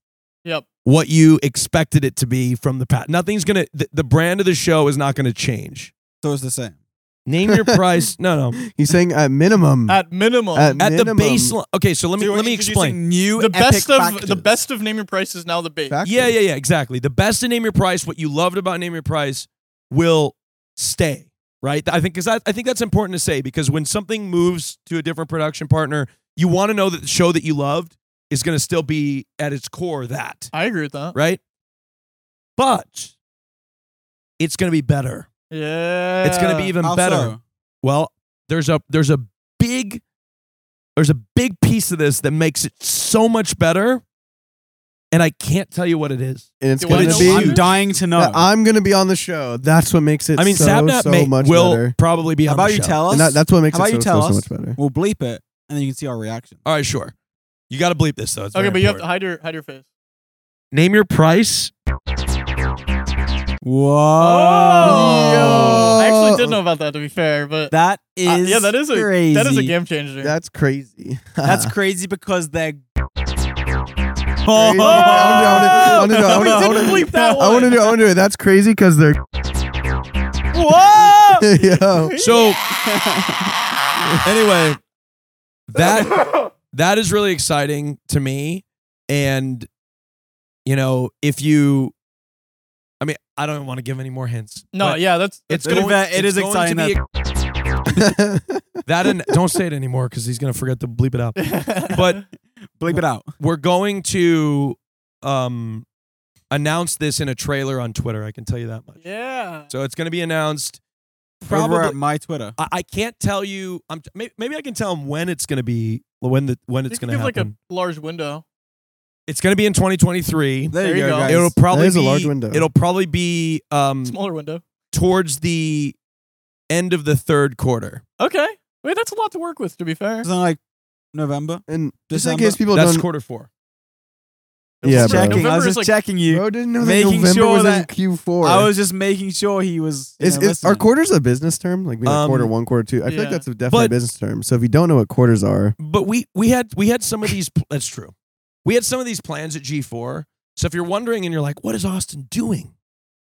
Yep.
what you expected it to be from the past. Nothing's going to, the, the brand of the show is not going to change.
to. So it's the same.
Name Your Price, no, no.
He's saying at minimum.
At minimum.
At-
Mm. At
Minimum.
the baseline. Okay, so let me,
So we're
let me
introducing
explain.
New
the
epic
best of
factors.
the best of name your price is now the base.
factors.
Yeah, yeah, yeah, exactly. The best in Name Your Price, what you loved about Name Your Price, will stay. Right? I think because I, I think that's important to say because when something moves to a different production partner, you want to know that the show that you loved is going to still be at its core that
I agree with that.
right, but it's going to be better.
Yeah.
It's going to be even
How
better.
so?
Well, there's a there's a big there's a big piece of this that makes it so much better, and I can't tell you what it is.
And it's
Do I
going
know
to be.
why?
I'm dying to know.
that I'm going to be on the show. That's what makes it
I mean,
so,
Sabnat
so
may-
much
will
better.
probably be
How
on
about
the
you
show.
tell us?
And that, that's what makes
How
it
about
so,
you tell
so, so
us?
much better.
we'll bleep it, and then you can see our reaction.
All right, sure. You got to bleep this though. It's
okay, but
very
you have to
important.
hide your hide your face.
uh,
name your price.
Whoa!
Oh.
I actually
Yo.
did know about that to be fair, but
That is
Uh, yeah, that is a
crazy.
that is a game changer.
That's crazy.
That's crazy because they're.
I'm gonna- I'm gonna- I'm
we
gonna- I'm
didn't
gonna-
bleep that one.
I want to do. I want to do it. That's crazy because they're.
Whoa!
Yo.
So anyway, that that is really exciting to me, and you know, if you, I mean, I don't want to give any more hints.
no,
but
yeah, that's
it's
It's
going.
gonna- it
it's
is
going to
exciting
be a- that and don't say it anymore because he's gonna forget to bleep it out. But
Bleep it out.
we're going to um announce this in a trailer on Twitter. I can tell you that much.
yeah.
So it's going to be announced.
Over at
Probably,
my Twitter.
I, I can't tell you. I'm maybe, maybe I can tell them when it's going to be when the when
you
it's
can
going to
give like
happen.
a large window.
it's going to be in 2023.
There, you go. guys.
It'll probably
is a
be-
large window.
It'll probably be um
Smaller window.
towards the end of the third quarter.
Okay. Wait, that's a lot to work with to be fair.
Something like November.
and just in
December.
case people
That's
don't,
quarter four.
Yeah,
November-
bro.
checking. I
November
was
is
just
like
checking you.
bro didn't know that
Making
November
sure
was in
that-
Q4.
I was just making sure he was. You
Is,
know,
is are
listening.
quarters a business term? Like being a
Um,
quarter one, quarter two. I feel like
yeah.
that's a definitely
But-
a business term. So if you don't know what quarters are,
But we we had we had some of these. that's true. We had some of these plans at G4. So if you're wondering and you're like, what is Austin doing?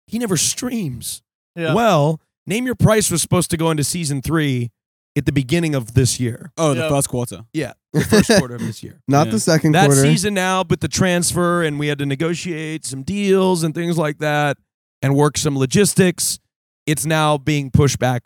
He never streams.
yeah.
Well, Name Your Price was supposed to go into season three at the beginning of this year,
Oh, the
Yeah.
first quarter.
the first quarter of this year.
not
Yeah.
the second
That
quarter.
season now, but the transfer, and we had to negotiate some deals and things like that and work some logistics. It's now being pushed back,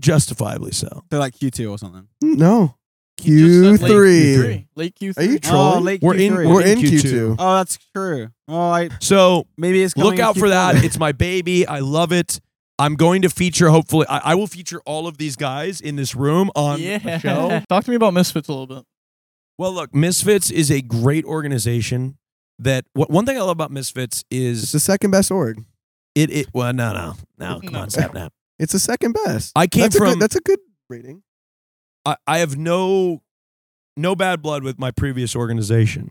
justifiably so.
So like Q2 or something.
Hmm, no,
You just said
Q3.
Late Q3. Late Q3.
Are you
Oh,
trolling?
late
We're in-
Q3.
We're
in
in
Q2.
Q2.
oh, that's true. Oh, I
So
maybe it's coming
look
in
out for
Q4.
that. It's my baby. I love it. I'm going to feature, hopefully, I, I will feature all of these guys in this room on the
yeah.
show.
Talk to me about Misfits a little bit.
Well, look, Misfits is a great organization. That what one thing I love about Misfits
It's
is
the second best org.
it. It well, no, no, no. Come
No.
on, stop now.
It's the second best.
I came
that's
from.
A good, that's a good rating.
I, I have no no bad blood with my previous organization,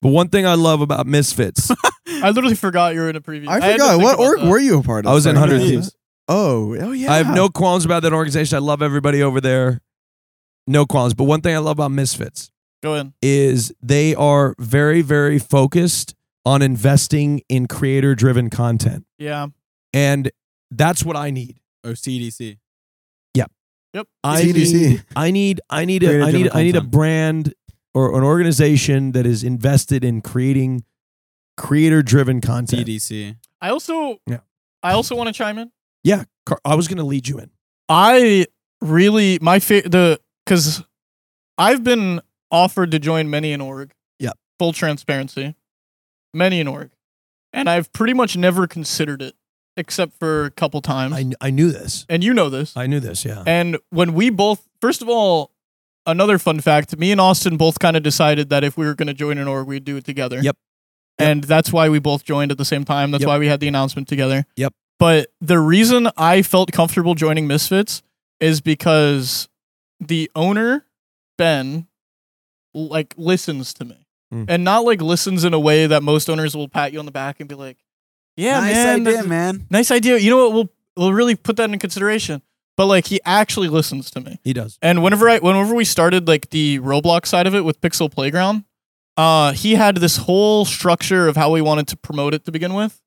but one thing I love about Misfits
I literally forgot you were in a preview. had
I
to
forgot.
think
What
about
org
that.
were you a part of?
I was in
Sorry.
100
Thieves.
Oh, oh yeah.
I have no qualms about that organization. I love everybody over there. No qualms. But one thing I love about Misfits
Go in.
is they are very, very focused on investing in creator driven content.
Yeah.
And that's what I need.
Oh, CDC.
I
CDC.
need, I need, I need, a, I
Creator-driven
need, I need a
content.
brand or an organization that is invested in creating creator-driven content.
CDC.
I also.
Yeah.
I also want to chime in.
Yeah, Car- I was going to lead you in.
I really my fa- the because I've been offered to join many an org.
Yep.
Full transparency, many an org, and I've pretty much never considered it except for a couple times.
I, I knew this.
and you know this.
I knew this. Yeah.
And when we both, first of all, another fun fact: me and Austin both kind of decided that if we were going to join an org, we'd do it together.
Yep.
And that's why we both joined at the same time. That's
Yep.
why we had the announcement together.
Yep.
But the reason I felt comfortable joining Misfits is because the owner Ben like listens to me,
Mm.
and not like listens in a way that most owners will pat you on the back and be like, "Yeah,
nice
man,
idea,
that's-
man.
nice idea." You know what? We'll we'll really put that into consideration. But like, he actually listens to me.
He does.
And whenever I whenever we started like the Roblox side of it with Pixel Playground, uh, he had this whole structure of how we wanted to promote it to begin with.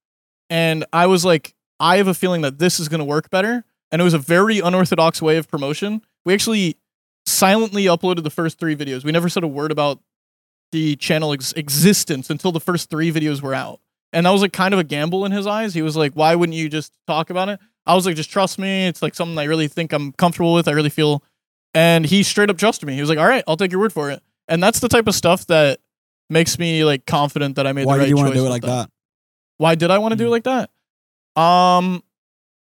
And I was like, I have a feeling that this is gonna work better. And it was a very unorthodox way of promotion. We actually silently uploaded the first three videos. We never said a word about the channel ex- existence until the first three videos were out. And that was like kind of a gamble in his eyes. He was like, why wouldn't you just talk about it? I was like, just trust me. It's like something I really think I'm comfortable with. I really feel and he straight up trusted me. He was like, "All right, I'll take your word for it." And that's the type of stuff that makes me like confident that I made
Why
the right
did you
choice.
want to do it
with
like that?
Why did I want to do it
Mhm.
like that? Um,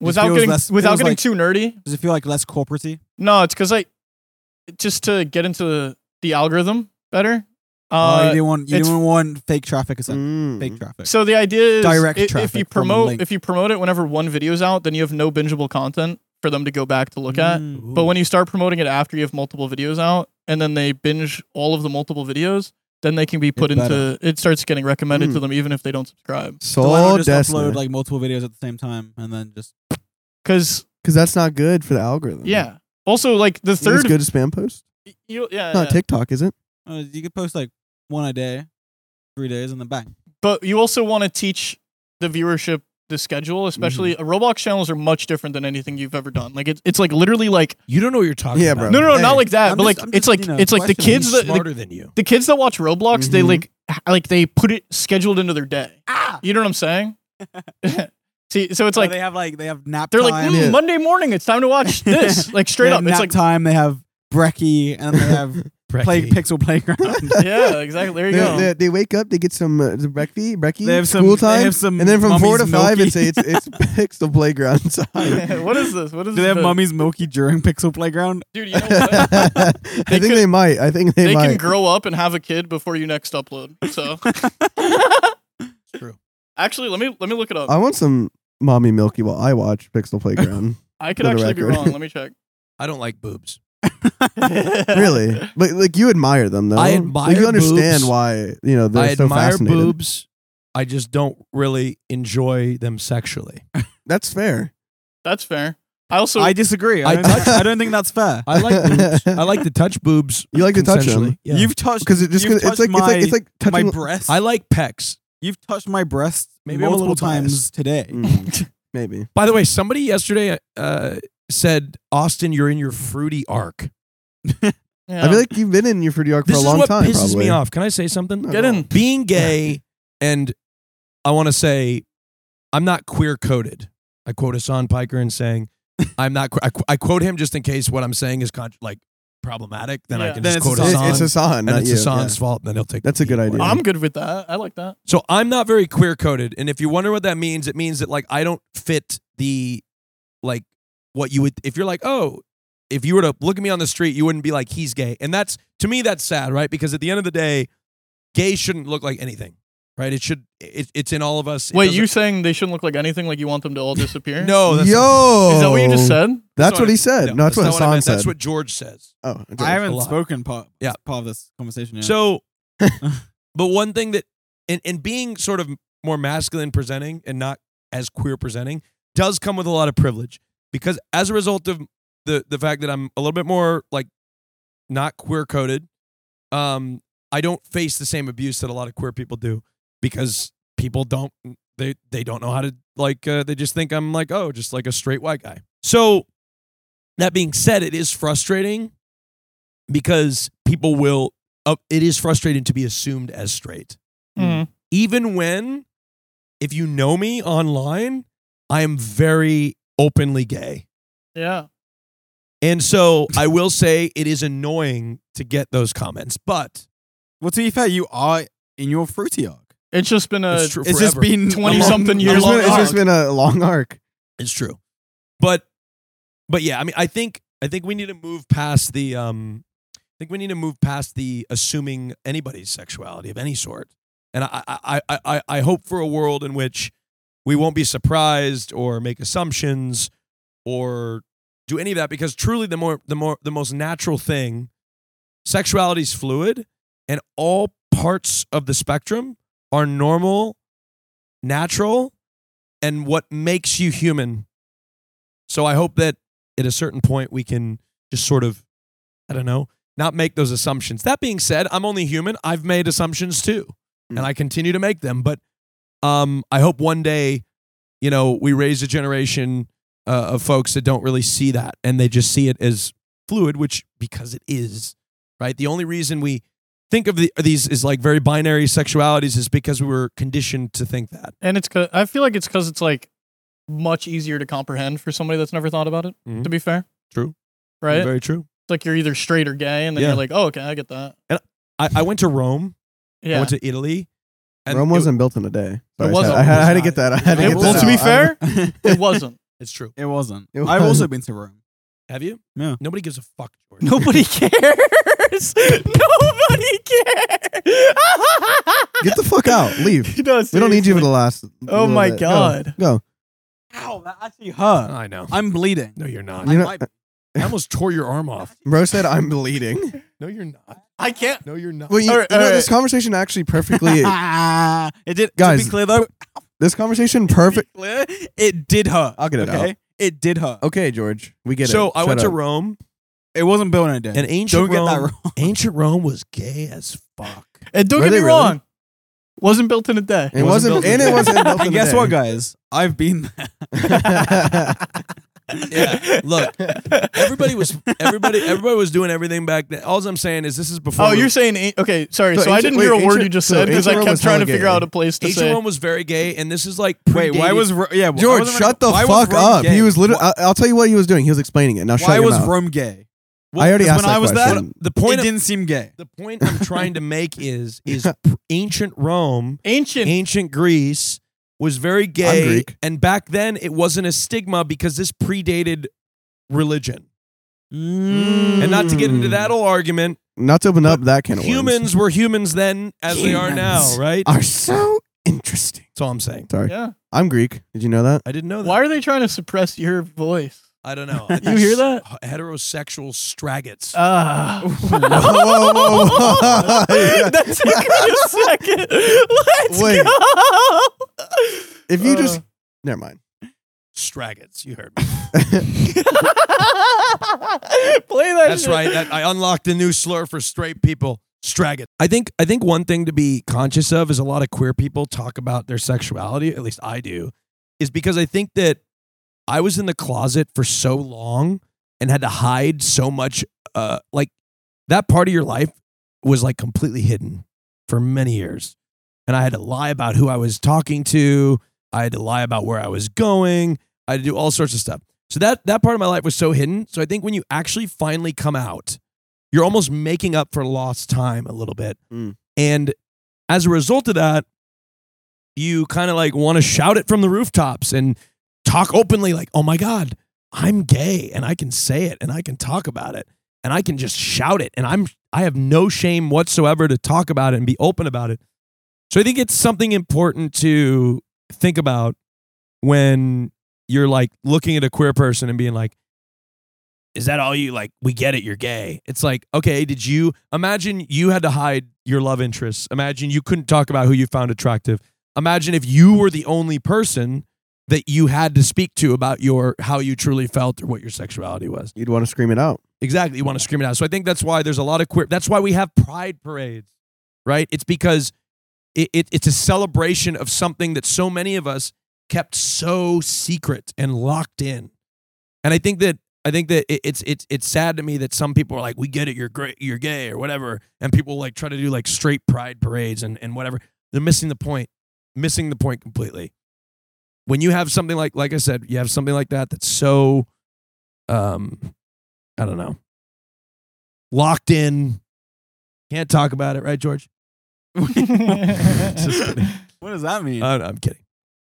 without
feels
getting
less-
without
feels
getting
like-
too nerdy.
Does it feel like less corporatey?
No, it's because I just to get into the algorithm better.
oh, you
Uh,
didn't want you
it's-
didn't want fake traffic or something.
Mm.
Fake traffic.
so the idea is
Direct
i- if,
traffic
you
from a
promote
link.
if you promote it whenever one video's out, then you have no bingeable content for them to go back to look at.
Mm.
But when you start promoting it after you have multiple videos out, and then they binge all of the multiple videos, then they can be put
It's
into. It starts getting recommended to
Mm.
them even if they don't subscribe.
So
So why not just
that's
upload
because
like multiple videos at the same time and then just
Because
that's not good for the
Mm.
algorithm.
yeah. Also, like the
Third,
third,
good to spam post.
you, yeah,
Not
yeah.
TikTok, is it?
uh, you could post like one a day, three days, and then bang.
but you also want to teach the viewership the schedule, especially
Mm-hmm.
uh, Roblox channels are much different than anything you've ever done. Like it's it's like literally like
You don't know what you're talking
Yeah,
about.
bro.
no no, no
Hey,
not like that,
Oh, I'm
but
just-
like it's
I'm just,
like
you know,
it's like the
questioning. Mm-hmm.
kids
He's
that the,
smarter than you.
the kids that watch Roblox, they
Mhm.
like h- like they put it scheduled into their day. You know what I'm saying? See, so it's
Oh,
like
Ah! they have like they have nap.
They're like,
time.
"Mm,
Yeah.
Monday morning, it's time to watch this. like
They
straight
have
up,
Nap
it's like,
time. They have brekkie and they have play pixel playground.
yeah, exactly. There you
they,
go.
They, they wake up, they get some uh, brekkie, brekkie,
They have some-
school
they
time,
have some
and then from four to
mummy's
five,
milky.
it's it's it's pixel playground time.
what is this? What is
Do they
this?
have mummies milky during pixel playground?
Dude, you know what?
I think
could-
they might. I think they,
they
might.
can grow up and have a kid before you next upload. So
true.
actually, let me let me look it up.
I want some mommy milky while I watch Pixel Playground.
I could
for the
actually be
record.
wrong. Let me check.
I don't like boobs.
really, like like you admire them though.
I
Like,
admire
you understand
boobs.
why you know they're
I
so
admire
fascinated.
boobs. I just don't really enjoy them sexually.
That's fair.
That's fair. I also
I disagree. I
I
don't,
touch-
I don't think that's fair.
I like boobs. I like to touch boobs.
You like to touch 'em?
consensually. Yeah.
You've touched
Because it just
You've
it's like
touched
it's like it's
my-
like touching.
my breasts.
I like pecs.
You've touched my breasts
Maybe I'm a
multiple
little
times
biased.
today.
Mm, maybe.
By the way, somebody yesterday uh, said, "Austin, you're in your fruity arc."
yeah.
I feel like you've been in your fruity arc for
This
a
is
long
what
time.
pisses
probably.
me off. Can I say something?
No.
get in.
Being gay, and I want to say, I'm not queer coded. I quote Hassan Piker in saying, "I'm not." que- I, qu- I quote him just in case what I'm saying is con- like problematic. Then I
Yeah.
can
Then
just
it's
quote
Hassan.
Hassan.
It- It's Hassan,
and
not
it's
you.
Hassan's fault. Then he'll take.
That's a good idea.
I'm good with that. I like that.
So I'm not very queer coded, and if you wonder what that means, it means that like I don't fit the, like, what you would if you're like oh, if you were to look at me on the street, you wouldn't be like he's gay, and that's to me that's sad, right? Because at the end of the day, gay shouldn't look like anything, right? It should. It, it's in all of us. It
Wait,
doesn't-
you saying they shouldn't look like anything? Like you want them to all disappear?
No, Oh, that's not-
Yo,
Is that what you just said?
That's what he said.
no,
No, that's what
not I
Hassan
meant.
said.
That's what George says.
Oh, okay.
I haven't
lot.
spoken part,
Yeah.
part of this conversation yet.
So, but one thing that, and, and being sort of more masculine presenting and not as queer presenting does come with a lot of privilege because as a result of the the fact that I'm a little bit more like not queer coded, um, I don't face the same abuse that a lot of queer people do because people don't they they don't know how to like uh, they just think I'm like oh just like a straight white guy. So that being said, it is frustrating because people will. Uh, it is frustrating to be assumed as straight
Mm.
Mhm.
even when if you know me online, I am very openly gay.
Yeah.
And so I will say it is annoying to get those comments, but
Well, to be fair, you are in your fruity arc.
It's just been a
it's true.
It's just
forever.
been
20
a long-
something years
It's
long
been, it's just
arc.
been a long arc.
It's true. But but yeah, I mean I think I think we need to move past the um I think we need to move past the assuming anybody's sexuality of any sort. And I I I I, I hope for a world in which we won't be surprised or make assumptions or do any of that because truly the more the more the most natural thing sexuality's fluid and all parts of the spectrum are normal natural and what makes you human. So I hope that at a certain point we can just sort of, I don't know, not make those assumptions. That being said, I'm only human. I've made assumptions too,
Mm.
and I continue to make them. But um, I hope one day, you know, we raise a generation uh, of folks that don't really see that and they just see it as fluid, which because it is, right? The only reason we think of the, these as like very binary sexualities is because we were conditioned to think that.
And it's 'cause- I feel like it's because it's like much easier to comprehend for somebody that's never thought about it.
Mhm.
To be fair,
True.
right? It's
Very true.
like you're either straight or gay, and then
Yeah.
you're like, oh, okay, I get that.
I, I went to Rome. I
Yeah.
went to Italy.
Rome
it-
wasn't built in a day. Sorry,
wasn't.
I, had, I had to
It was
get that. I had to
not. It-
get that.
well, to
out.
be
I-
fair, it
it
wasn't.
it's true.
wasn't.
It
I've also
wasn't.
been to Rome.
Have you?
No.
Nobody gives a fuck. George.
Nobody cares. Nobody cares.
Get the fuck out. Leave.
He does.
We don't need you for
seriously.
the last. little
Oh my
bit. Go.
God.
Go.
Ow, that actually hurt.
I know.
I'm bleeding.
No, you're not.
I
You know-
might-
I almost tore your arm off.
Bro said I'm bleeding.
No, you're not.
I can't.
No, you're not.
Well, you,
All right,
you know,
all right.
this conversation actually perfectly.
it did. to
Guys,
be clear though,
this conversation
to
perfect.
be clear, it did hurt.
I'll get it
okay?
out.
It did hurt.
Okay, George, we get
so
it.
I
Shut
went to
up.
Rome,
It wasn't built in a day.
and
Don't
ancient
get that
Rome.
wrong.
Ancient Rome was gay as fuck.
And don't
Were
get me
they really?
wrong. Wasn't built in a day.
It
wasn't
wasn't,
built in
and
a
it
day.
wasn't. built in
And
a
guess
day.
what, guys? I've been there.
Yeah. Look, everybody was everybody everybody was doing everything back then. All I'm saying is this is before.
Oh,
we-
you're saying a- okay? Sorry, so,
So
I
ancient-
didn't hear a
wait,
word
ancient-
you just
so
said because
ancient
I
Rome
kept
was
trying to
hella
figure
gay.
out a place to
ancient
say.
Rome was very gay, and this is like
Wait, why
predated-
was Ro- yeah? why
George,
wasn't
shut
Ro-
the
why was
fuck
Rome
up.
gay?
He was literally. I, will tell you what he was doing. He was explaining it. Now shut
Why
your
was
mouth.
Rome gay?
I already
'cause
asked
when
that
I was there,
question.
the
It
point? Of,
didn't seem gay.
the point I'm trying to make is is ancient Rome
ancient.
ancient Greece was very gay,
Greek.
and back then it wasn't a stigma because this predated religion.
Mm.
And not to get into that whole argument,
Not to open up that can of
humans were humans then as they are now,
Humans.
right?
worms. are so interesting.
That's all I'm saying.
Sorry,
Yeah.
I'm Greek. Did you know that?
I didn't know that.
Why are they trying to suppress your voice?
I don't know.
You hear that?
Heterosexual straggots.
Ah.
whoa, whoa, whoa.
that took me a second. Let's
Wait.
go.
If you
Uh.
just never mind.
straggots. You heard me.
Play that.
That's
shit.
right. That, I unlocked a new slur for straight people. Straggot. I think I think one thing to be conscious of is a lot of queer people talk about their sexuality, at least I do, is because I think that I was in the closet for so long and had to hide so much uh like that part of your life was like completely hidden for many years. And I had to lie about who I was talking to, I had to lie about where I was going, I had to do all sorts of stuff. So that that part of my life was so hidden. So I think when you actually finally come out, you're almost making up for lost time a little bit.
Mm.
And as a result of that, you kind of like want to shout it from the rooftops and talk openly like, "Oh my god, I'm gay and I can say it and I can talk about it and I can just shout it and I'm I have no shame whatsoever to talk about it and be open about it." So I think it's something important to think about when you're like looking at a queer person and being like, is that all you like? We get it. You're gay. It's like, okay, did you imagine you had to hide your love interests? Imagine you couldn't talk about who you found attractive. Imagine if you were the only person that you had to speak to about your how you truly felt or what your sexuality was.
You'd want to scream it out.
Exactly. You want to scream it out. So I think that's why there's a lot of queer. That's why we have pride parades, right? It's because it, it, it's a celebration of something that so many of us kept so secret and locked in. And I think that I think that it, it's it's it's sad to me that some people are like, we get it, you're great, you're gay or whatever, and people like try to do like straight pride parades and and whatever. They're missing the point, missing the point completely. When you have something like like I said, you have something like that that's so, um, I don't know, locked in. Can't talk about it, right, George? Just kidding.
What does that mean?
Uh, no, I'm kidding.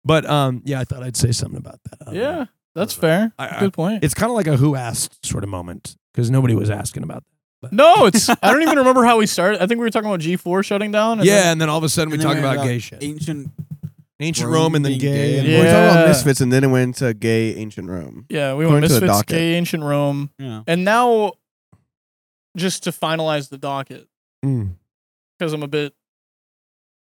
But um, yeah, I thought I'd say something about that. I don't know.
yeah, that's fair.
I- I-
Good point.
Uh, It's kind of like a who asked sort of moment because nobody was asking about that.
no, it's. I don't even remember how we started. I think we were talking about G four shutting down. and
yeah,
then-
and then all of a sudden we
And then
talk
we
about,
about
gay shit.
Ancient.
Ancient
Rome
Rome and then
being
gay.
gay
and
We were talking
Yeah.
about misfits, and then it went to gay ancient Rome.
yeah, we went
According to the
Misfits,
docket.
Gay Ancient Rome,
Yeah.
and now, just to finalize the docket Hmm.
Mm.
because I'm a bit.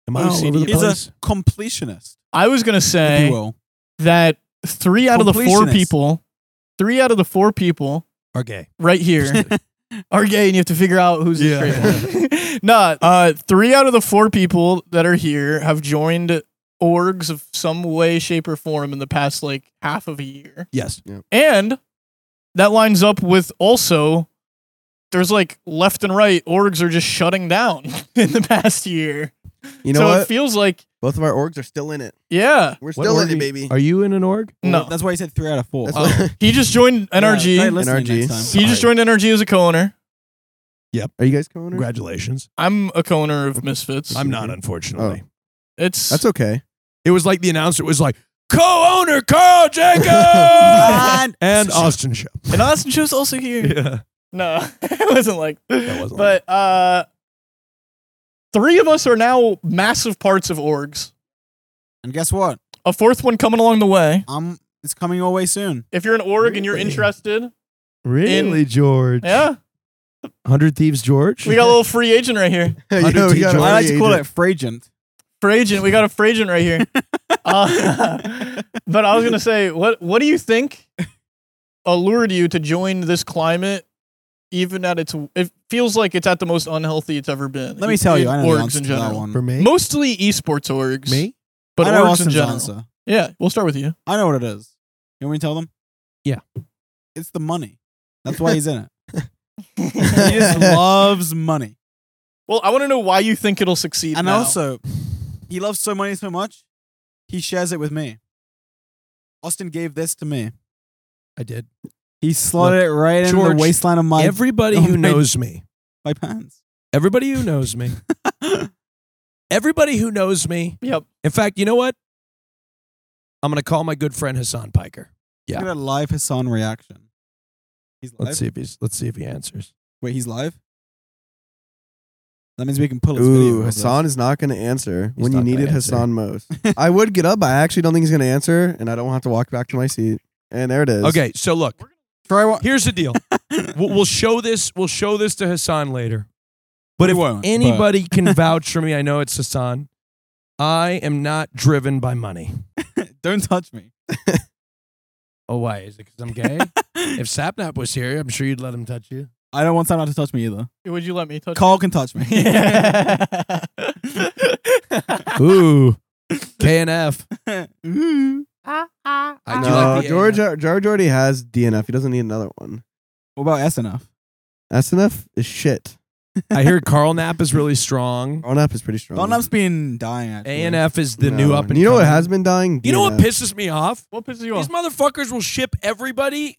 Am I all
OCD.
over the
He's
place?
a completionist,
I was gonna
if
say
you will.
that three out of the four
Completionist.
people, three out of the four people
Are gay.
right here are gay and you have to figure out who's
Yeah.
the straight one. nah, uh, three out of the four people that are here have joined orgs of some way, shape, or form in the past like half of a year.
Yes.
And that lines up with also there's like left and right orgs are just shutting down in the past year.
You know
so it
what?
feels like,
Both of our orgs are still in it.
yeah,
We're
What
still
org
in
are
it,
you-
baby.
Are you in an org?
no.
That's why he said three out of four.
That's
Yeah,
Oh,
what-
he just joined NRG.
try listening
NRG.
next time.
he just joined NRG as a co-owner.
are you guys co-owners?
Congratulations.
I'm a co-owner of Misfits.
I'm not, unfortunately.
it's
That's okay.
It was like the announcer was like, co-owner Carl Jacob
God.
and Austin Show.
and Austin Show's also here.
Yeah.
No, it wasn't like.
wasn't
but uh, three of us are now massive parts of orgs.
And guess what?
A fourth one coming along the way.
I'm. It's coming your way soon.
If you're an org and you're
Really?
interested,
Really, George?
yeah,
Hundred Thieves George?
we got a little free agent right here.
You
do
know, we
you
got
join?
an
I like to
agent.
call it fragent.
Free agent, we got a free agent right here. Uh, but I was gonna say, what what do you think allured you to join this climate? Even at its, it feels like it's at the most unhealthy it's ever been.
Let me tell you, I know the
orgs
answer
in
to that
general,
one.
For me?
mostly esports orgs.
me?
but
I
orgs
know
in
Austin's
general.
answer.
Yeah, we'll start with you.
I know what it is. You want me to tell them?
Yeah.
It's the money. That's why he's in it. He just loves money.
Well, I want to know why you think it'll succeed.
And
now.
also, he loves so money so much, he shares it with me. Austin gave this to me.
I did.
He slotted it right in
George,
the waistline of my,
Everybody
Oh
who
my-
knows me
my pants.
Everybody who knows me. Everybody who knows me.
yep.
In fact, you know what? I'm going to call my good friend Hassan Piker. Yeah.
Look at a live Hassan reaction. He's live.
Let's see if he's let's see if he answers.
Wait, he's live? That means we can pull his video.
Ooh,
of this.
Hassan is not going to answer
He's
when
not
you
gonna
needed
answer.
Hassan most. I would get up, but I actually don't think he's going to answer, and I don't have to walk back to my seat. And there it is.
Okay, so look,
Try one.
here's the deal. we'll, we'll show this we'll show this to Hassan later. But
We
if
won't, but-
anybody can vouch for me, I know it's Hassan. I am not driven by money.
Don't touch me.
Oh, why? Is it because I'm gay? if Sapnap was here, I'm sure you'd let him touch you.
I don't want someone to touch me either.
Would you let me touch?
Carl can touch me.
Ooh, K and F.
Ooh.
I do like the
No,
A and
Uh, George,
F.
George already has DNF. He doesn't need another one.
What about SNF?
SNF is shit.
I hear Carl Knapp is really strong.
Grown up is pretty strong.
Donup's been dying. Actually.
A and F is the
No.
new up and
You know what
coming.
has been dying?
You know what
DNF.
pisses me off?
what pisses you
These
off?
motherfuckers will ship everybody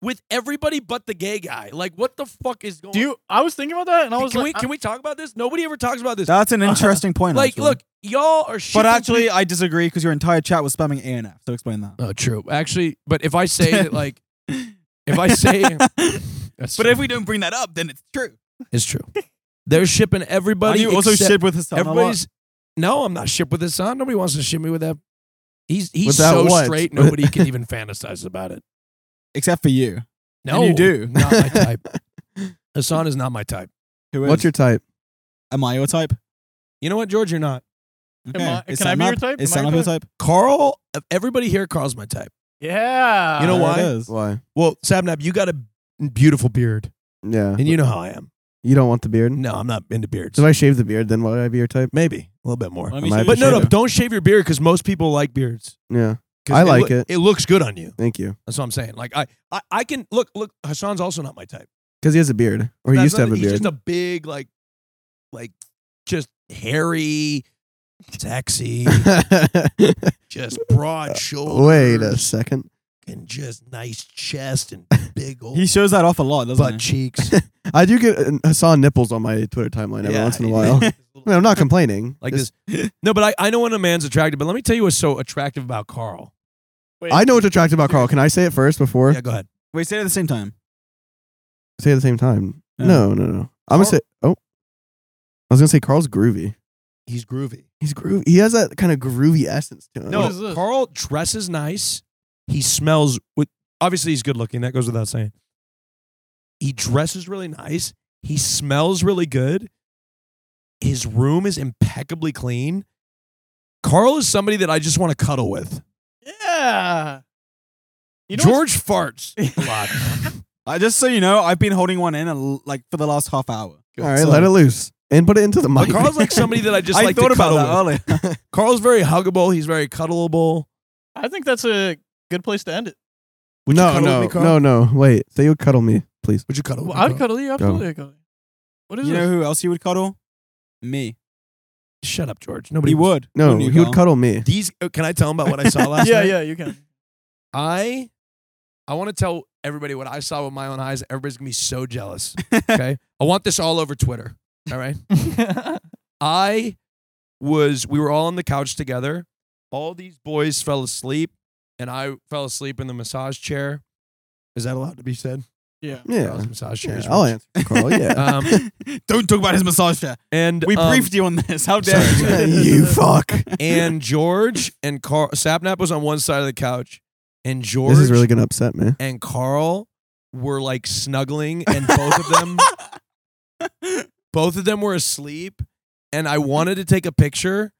with everybody but the gay guy. Like, what the fuck is going?
Do you? I was thinking about that, and I
Can,
was
can we
like,
can we talk about this? Nobody ever talks about this.
That's an interesting point.
like,
actually.
look, y'all are. Shipping
But actually, I disagree because your entire chat was spamming A and F. So explain that.
oh, true. Actually, but if I say that, like, if I say, that's
but
true.
if we don't bring that up, then it's true.
it's true. They're shipping
But
everybody.
you also
except-
ship with Hassan a lot.
Everybody's no, I'm not shipped with his son. Nobody wants to ship me with that. He's he's
With that
so
what?
straight. Nobody can even fantasize about it.
except for you.
No,
And you do.
not my type. Hassan is not my type.
Who is?
What's your type?
Am I your type?
You know what, George? You're not.
Okay.
I-
Is
can I be
Sam
your
up?
type?
Is
Am I
Sam
your
up your type?
Carl, of everybody here, Carl's my type.
Yeah.
You know
There
why?
it is.
Why?
Well, Sabnap, you got a beautiful beard,
Yeah.
and you know how I am.
You don't want the beard?
No, I'm not into beards.
So if I shave the beard, then would I be your type?
Maybe a little bit more.
Let me
Am I-
show you
But
the
no, no,
photo.
don't shave your beard because most people like beards.
Yeah.
'Cause
I like
loo-
it.
It looks good on you.
Thank you.
That's what I'm saying. Like I, I, I can look. Look, Hassan's also not my type.
Because he has a beard, or he
That's
used to
not-
have a
He's
beard.
just a big, like, like, just hairy, sexy, just broad shoulders.
Uh, Wait a second.
And just nice chest and big old
He shows that off a lot, doesn't
butt cheeks.
I do get uh, Hassan nipples on my Twitter timeline every
Yeah,
once in a
he-
while. I mean, I'm not complaining.
like
Just-
this. No, but I, I know when a man's attractive. But let me tell you what's so attractive about Carl.
Wait,
I know what's attractive about Carl. Can I say it first before
Yeah, go ahead.
he? Wait, say it at the same time.
say it at the same time?
Yeah.
No, no, no. I'm
Carl-
gonna say. Oh, I was gonna say Carl's groovy.
He's groovy.
He's groovy. He has that kind of groovy essence to him.
No,
is this?
Carl dresses nice. He smells with obviously he's good looking. That goes without saying. He dresses really nice. He smells really good. His room is impeccably clean. Carl is somebody that I just want to cuddle with.
Yeah. You know
George farts a lot.
I just so you know, I've been holding one in a l like for the last half hour.
All right, let it loose and put it into the
But
mic.
Carl's like somebody that I just
I
like
thought
to
about
cuddle
that
with.
earlier.
Carl's very huggable. He's very cuddleable.
what's- I think that's a good place to end it.
Would you
no,
cuddle
no,
with me, Carl?
no, no. Wait, say you would cuddle me, please.
Would you cuddle? with
Well,
me,
I
Carl?
would cuddle you. Absolutely. I'd cuddle you. What is
you know
this?
who else he would cuddle? Me.
Shut up, George. Nobody
He would.
No,
wouldn't you,
he would
Carl?
cuddle me.
These. oh, Can I tell him about what I saw last
yeah,
night?
yeah, you can.
I I want to tell everybody what I saw with my own eyes. Everybody's gonna be so jealous. Okay. I want this all over Twitter. All right. I was we were all on the couch together. All these boys fell asleep, and I fell asleep in the massage chair. Is that allowed to be said?
yeah.
Yeah,
Carl's massage chair.
yeah
is
I'll
rich.
answer Carl. Yeah,
Um,
Don't talk about his massage chair.
and
We
um,
briefed you on this. How dare
sorry.
you?
you fuck.
and George and Carl Sapnap was on one side of the couch, and George
This is really gonna upset me.
and Carl were like snuggling, and both of them both of them were asleep and I wanted to take a picture,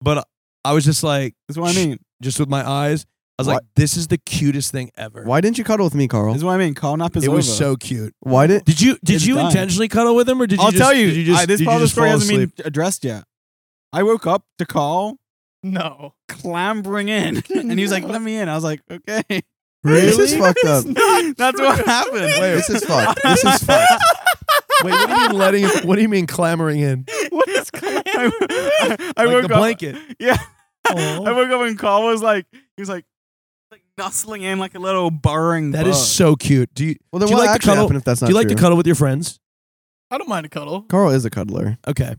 but I was just like,
That's what I mean.
just with my eyes, I was
Why-
like, this is the cutest thing ever.
Why didn't you cuddle with me, Carl?
That's what I mean. Carl Nap is
It was
over.
so cute.
Why did?
Did you did
It's
you
dying.
intentionally cuddle with him or did you
I'll
just-
tell you,
did you just,
I- this
did
part of
you
the
just
story
fall
hasn't
asleep?
been addressed yet. I woke up to Carl
No.
clambering in, and he was like, "Let me in." I was like, "Okay."
This is fucked up.
That's what happened.
Wait, this is fucked. This is fucked.
Wait, what do you mean letting him, what do you mean clamoring in?
What is
I, I- I
Like
woke
the
up.
blanket.
Yeah, I
Aw.
woke up and Carl was like, he was like, like nuzzling in like a little burrowing.
That is
bug.
so cute. Do you
Well, then
Do you
what
like to
actually
cuddle-
happened if that's
do
not
you like
true?
to cuddle with your friends?
I don't mind a cuddle.
Carl is a cuddler.
Okay.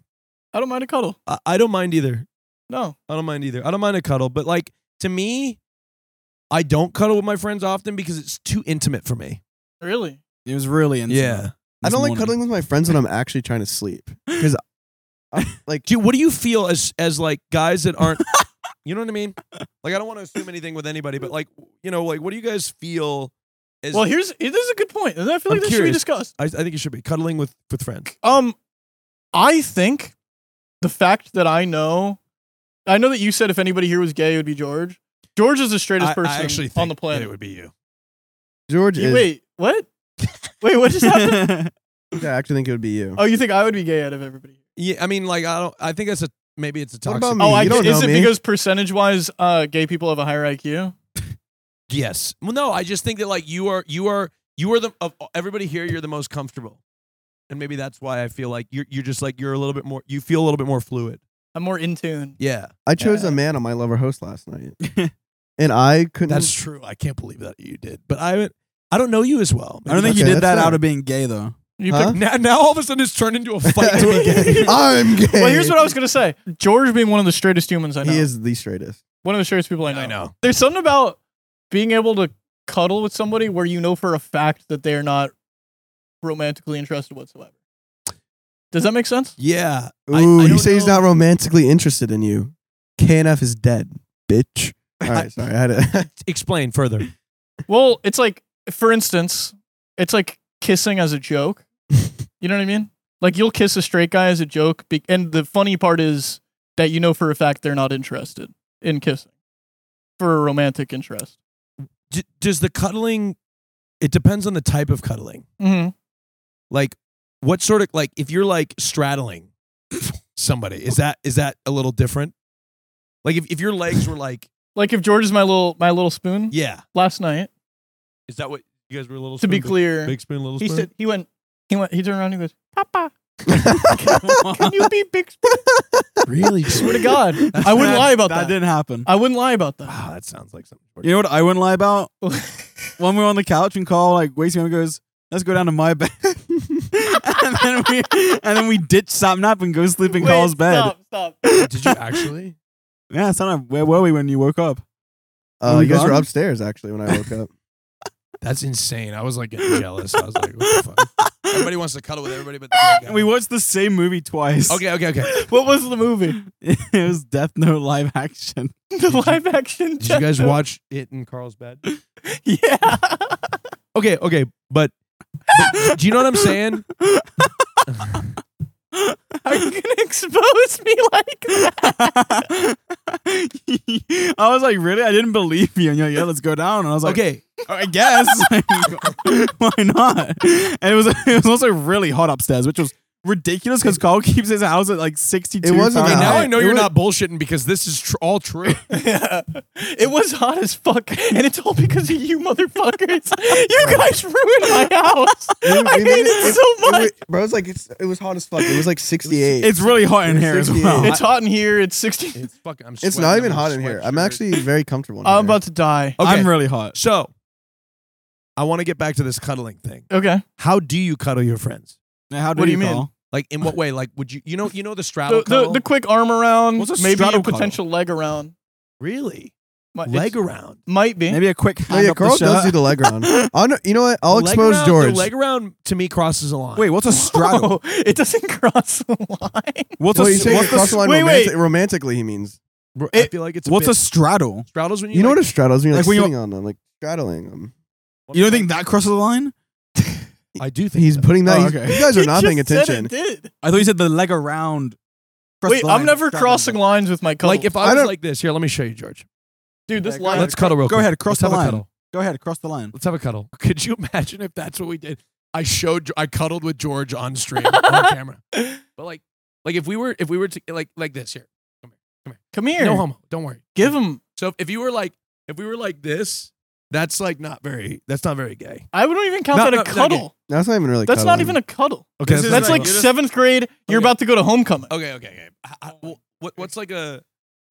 I don't mind a cuddle.
I, I don't mind either.
No.
I don't mind either. I don't mind a cuddle, but like to me, I don't cuddle with my friends often because it's too intimate for me.
Really?
It was really insane.
Yeah.
I don't like cuddling with my friends when I'm actually trying to sleep. Because, like,
Do you, what do you feel as as like guys that aren't you know what I mean? Like I don't want to assume anything with anybody, but like you know, like what do you guys feel as
Well, here's this is a good point. and I feel
I'm
like this should be
curious.
discussed.
I, I think it should be cuddling with with friends.
Um, I think the fact that I know, I know that you said if anybody here was gay, it would be George. George is the straightest person on the planet.
would be you.
George
You-
is.
Wait, what? Wait, what just happened?
I actually think it would be you.
oh, you think I would be gay out of everybody?
Yeah, I mean, like I don't. I think that's a maybe it's a
What
toxic.
about me?
Oh, I
you don't
is
know
it
me.
because percentage wise, uh, gay people have a higher IQ?
Yes. Well, no, I just think that like you are, you are, you are the of everybody here. You're the most comfortable, and maybe that's why I feel like you're, you're just like you're a little bit more. You feel a little bit more fluid.
I'm more in tune.
Yeah,
I chose
Yeah.
a man on my lover host last night, and I couldn't.
that's true. I can't believe that you did, but I, haven't- I don't know you as well.
I don't think
Okay,
you did
that's
that
fair.
out of being gay though.
You
Huh?
picked-
Now, now all of a sudden it's turned into a fight to be gay.
I'm gay.
well, here's what I was gonna say. George being one of the straightest humans I know.
He is the straightest.
one of the straightest people I know.
I know.
There's something about being able to cuddle with somebody where you know for a fact that they are not romantically interested whatsoever. Does that make sense?
Yeah. I- I
Ooh, you
don't
say he's
know.
not romantically interested in you. KNF is dead, bitch. All right, sorry. I had to.
Explain further.
Well, it's like, for instance, it's like kissing as a joke. You know what I mean? Like you'll kiss a straight guy as a joke, be- and the funny part is that you know for a fact they're not interested in kissing for a romantic interest.
D- does the cuddling? It depends on the type of cuddling.
Mm-hmm.
Like, what sort of like if you're like straddling somebody, is that is that a little different? Like if, if your legs were like
Like if George is my little my little spoon
yeah,
last night.
is that what you guys were a little?
To be
spoon, big-
clear,
big spoon, little
he
spoon.
said he went he went he turned around and he goes, Papa,
I
can you be big spoon?
really?
Swear to God. I wouldn't lie about that.
That didn't happen.
I wouldn't lie about that.
Wow, that sounds like something.
You know what I wouldn't lie about? when we were on the couch and Carl like wakes me up and goes, "Let's go down to my bed," and then we and then we ditch Sapnap and go sleep in
Wait,
Carl's bed.
Stop, stop.
Did you actually?
Yeah, Sapnap, where were we when you woke up?
Uh,
Were
you guys were
gone?
upstairs actually when I woke up.
That's insane. I was like getting jealous. I was like, what the fuck? Everybody wants to cuddle with everybody, but the
We watched the same movie twice.
Okay, okay, okay.
What was the movie?
it was Death Note live action.
The live action.
Did you guys
Jeff-
watch it in Carl's bed?
Yeah.
Okay, okay, but, but do you know what I'm saying?
Are you gonna expose me like that?
I was like, really? I didn't believe you. And you're like, yeah, let's go down. And I was like,
Okay,
I guess. Like, why not? And it was it was also really hot upstairs, which was ridiculous because Carl keeps his house at like 62.
It wasn't
okay,
Uh,
now
Fahrenheit.
I know
it
you're
was-
not bullshitting because this is tr- all true.
Yeah. It was hot as fuck, and it's all because of you motherfuckers. You guys ruined my house. I hate it so
wa-
much.
bro, it's like it's, it was hot as fuck. It was like 68.
It's really hot in
It's
here as
68.
well.
It's hot in here. It's 60.
It's fucking. I'm
It's
sweating,
not
I'm
even
a
hot in here. I'm
sweatshirt.
actually very comfortable. In
I'm
here.
about to die.
Okay,
I'm really hot.
so I want to get back to this cuddling thing.
Okay.
How do you cuddle your friends?
Now, how
What do you mean?
Carl?
Like in what way? Like would you? You know, you know the straddle
The, the,
cuddle.
the quick arm around,
What's a
maybe a
straddle cuddle?
potential leg around.
really
Might- Uh, it's-
leg around.
Might be.
Maybe a quick hand
No, yeah,
up the
Carl
shirt.
does do the leg round. I'll, you know what? I'll
The leg
expose
round-
George.
The leg around to me crosses a line.
Wait, what's a straddle?
Oh, it doesn't cross the line.
What's
Well,
a
he's saying
what's,
across
a,
the line
wait,
romantic-
wait.
romantically. He means.
Bro, I
It-
feel like it's a
what's
bit-
a straddle?
straddles when you,
You know
like,
what a straddles mean? Like,
Like when you-
sitting on them, like straddling them.
You don't think that crosses the line?
I do think
He's
so.
putting that.
Oh,
he's-
okay.
You guys are not
He
paying
just said
attention.
it did.
I thought you said the leg around. crosses
Wait,
the
I'm
line,
never
straddle.
crossing lines with my cuddle.
like if
I
I, was
don't-
like this. Here, let me show you, George.
dude, this
Okay,
line.
Let's cuddle real
Go
quick.
ahead, cross
Let's
the
have
line.
A cuddle.
Go ahead, cross the line.
Let's have a cuddle. Could you imagine if that's what we did? I showed, I cuddled with George on stream on camera. But like, like if we were, if we were to like, like this here.
Come here.
No homo. Don't worry.
Give him.
So if you were like, if we were like this, that's like not very. That's not very gay.
I wouldn't even count
No,
that
no,
a
no,
cuddle.
That's not even really.
That's not
cuddling.
even a cuddle.
Okay,
This is
That's
not
like
a cuddle.
seventh grade. You're
Okay.
about to go to homecoming.
okay, okay, okay. I- I- wh- what, what's like a?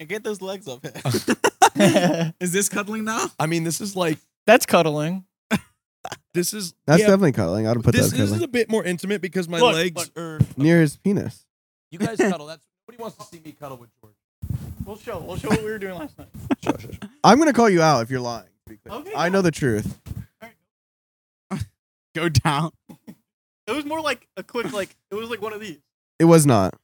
Get those legs up here.
That's
Is this cuddling now?
I mean, this is like
cuddling.
this is
That's
yeah,
definitely cuddling. I'd
this,
put that as
this is
cuddling.
a bit more intimate because my
Look,
legs.
look, er,
near his penis.
You guys cuddle. That's nobody wants to see me cuddle with George.
we'll show. We'll show what we were doing last night.
I'm gonna call you out if you're lying. to be clear.
Okay,
I know the truth.
Go down.
It was more like a quick, like it was like one of these.
It was not.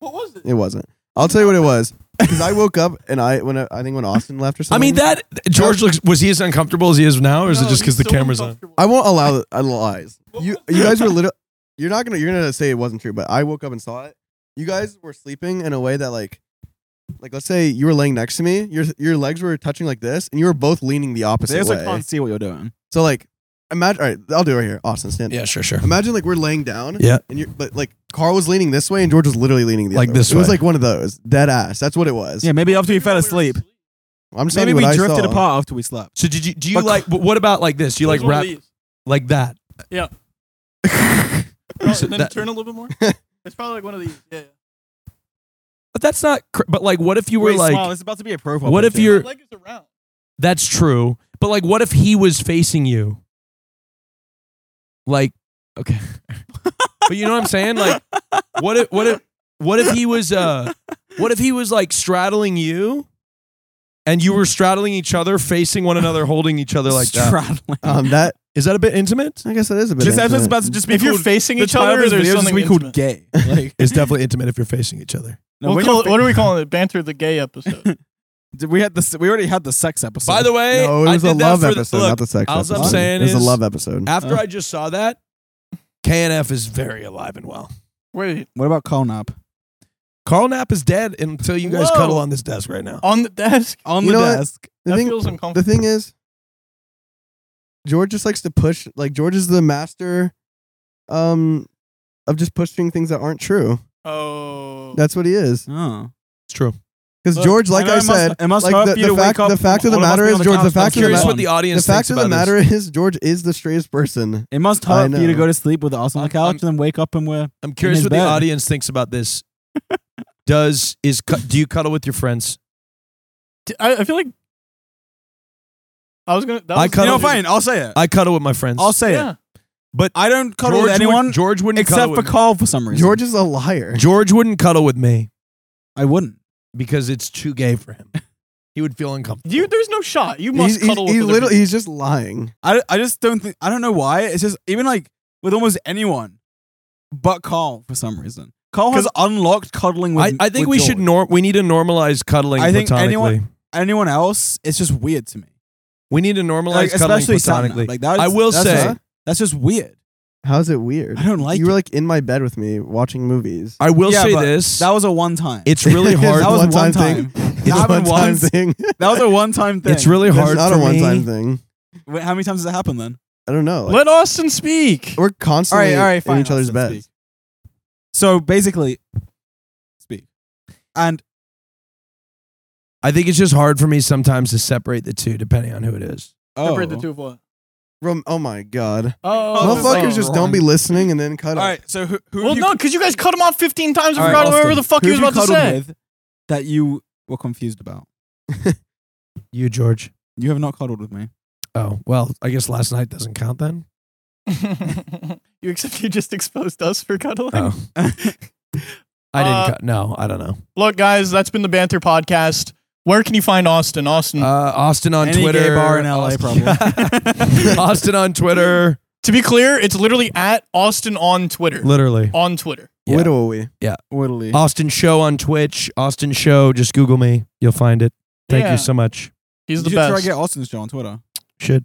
What was it?
It wasn't. I'll tell you what it was. Because I woke up and I when I, I think when Austin left
I
or something.
mean that George looks was he as uncomfortable as he is now, or is it
No,
just because
he's
the
so
camera's on?
uncomfortable.
I won't allow uh, lies. You you guys were literally. You're not gonna you're gonna say it wasn't true, but I woke up and saw it. You guys were sleeping in a way that like, like let's say you were laying next to me. Your your legs were touching like this, and you were both leaning the
They
opposite
also
way.
can't see what you're doing.
so like, imagine. All right, I'll do it right here. Austin, stand.
Yeah, sure, sure.
Imagine like we're laying down.
Yeah.
And you're but like Carl was leaning this way and George was literally leaning the
Like
other way.
this
It was
way.
like one of those dead ass. That's what it was.
Yeah, maybe after we fell
were
asleep.
I'm just
Maybe
telling
we
you what I
drifted
saw.
apart after we slept.
So did you do you
But-
like what about like this? Do you
It
like
was one of
wrap
these.
like that?
Probably-
So
then
that-
turn a little bit more. It's probably like one of these. Yeah.
But that's not. cr- But like, what if you were
Wait,
like?
smile, it's about to be a profile.
what if
picture.
yeah.
you're?
Leg is around.
That's true. But like, what if he was facing you? Like, okay. but you know what I'm saying? Like, what if what if what if he was uh what if he was like straddling you, and you were straddling each other, facing one another, holding each other like that?
straddling?
Um that
Is that a bit intimate?
I guess that is a bit.
This episode's
intimate.
about to just be
If you're
called.
facing
the
each other,
title of this
there's
video is
something
just be called
intimate.
gay. Like,
It's definitely intimate if you're facing each other.
no,
We'll
when
call
you're
it, what are we calling it? Banter of the gay episode.
fa- we had this. We already had the sex episode.
By the way,
No, it was
I
a
did that
love
for the-
episode,
look,
not the sex
all I'm
episode.
saying
it was a
is-
love episode.
After
Uh.
I just saw that, KNF is very alive and well.
Wait,
what about Carl Knapp?
Carl Knapp is dead until you guys
Whoa.
cuddle on this desk right now.
on the desk.
on
You
the
know what?
desk.
The
that
thing,
feels
the
uncomfortable.
thing is, George just likes to push. Like George is the master, um, of just pushing things that aren't true.
oh,
That's what he is.
Oh.
It's true.
Because
Look,
George, like
know
I
it must-
said,
it must
like
help
the,
you
the
to
fact,
wake up
the fact of the
all of us
matter
being
is,
on the
George. The
couch
fact of
talking
the
to
Curious
Here's
matter.
what the audience
The fact
thinks
of the
about
matter
this.
is, George is the strayest person.
It must
I
hurt for you to
know.
go to sleep with us on the
I'm-
couch and then wake up and we're
I'm curious
his
what the
bed.
audience thinks about this. Does is cu- do you cuddle with your friends?
T- I, I feel like I was gonna. That
I
was
You
cut Cuddle
know,
off- with-
fine. I'll say it.
I cuddle with my friends.
I'll say it.
yeah.
I don't cuddle
George
with
would-
anyone
George wouldn't
except
cuddle
for
with me.
Carl for some reason.
George is a liar.
George wouldn't cuddle with me
I wouldn't.
because it's too gay for him. He would feel uncomfortable.
You, there's no shot. You must
He's, he's,
cuddle with
he
other
literally,
people.
he's just lying.
I, I just don't think I don't know why. It's just even like with almost anyone, but Carl for some reason. Carl has unlocked cuddling with.
I, I think
with
we
George.
should norm. We need to normalize cuddling.
I think
platonically.
anyone- anyone else. It's just weird to me.
we need to normalize
Like,
cuddling
especially
platonically.
Satnam. Like that is,
I will
that's
say
just- that's just weird.
How's it weird?
I don't like.
you were
it.
like in my bed with me watching movies.
I will
Yeah,
say
but
this.
that was a one time.
it's really hard.
It's
That
a
was
one-time
one time.
It's
That
a
happened
one-time
once.
thing.
that was a one time thing.
it's really hard
It's not
for
a one-time
me.
thing.
Wait, how many times does it happen then?
I don't know.
Let Austin speak.
We're constantly in each
I'll
other's
still
beds.
speak. So basically, speak. And
I think it's just hard for me sometimes to separate the two, depending on who it is.
oh,
Separate the two of what?
Rom- oh my god.
Oh,
it's like-
Motherfuckers just don't be listening and then cut
All
off.
right. So who? who
Well,
have you
no, because you guys cut him off 15 times and
All right,
forgot whatever
Austin,
the fuck
who
he was
have you
about to
cuddled
say.
with that you were confused about.
You, George.
You have not cuddled with me.
Oh well, I guess last night doesn't count then.
you except you just exposed us for cuddling.
Oh, I didn't.
Uh,
cut. No, I don't know.
Look, guys, that's been the Banter Podcast. Where can you find Austin? Austin.
Uh, Austin on
mm. Any
Twitter.
gay bar in LA,
Austin-
probably.
Austin on Twitter.
to be clear, it's literally at Austin on Twitter.
Literally.
on Twitter.
Yeah.
Widow we?
Widdly.
Austin Show on Twitch. Austin Show. Just Google me. You'll find it. Thank
Yeah.
you so much.
He's
you
the
should
best.
try to get Austin's show on Twitter.
Should.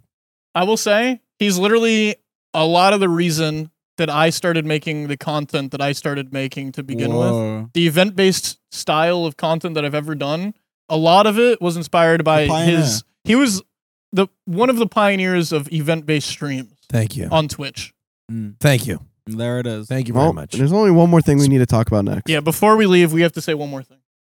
I will say he's literally a lot of the reason that I started making the content that I started making to begin with.
Whoa.
The event based style of content that I've ever done, a lot of it was inspired by
pioneer.
his. He was the one of the pioneers of event based streams
Thank you.
on Twitch.
Thank you.
There it is.
Thank you very
Well,
much.
there's only one more thing we need to talk about next.
Yeah, before we leave, we have to say one more thing.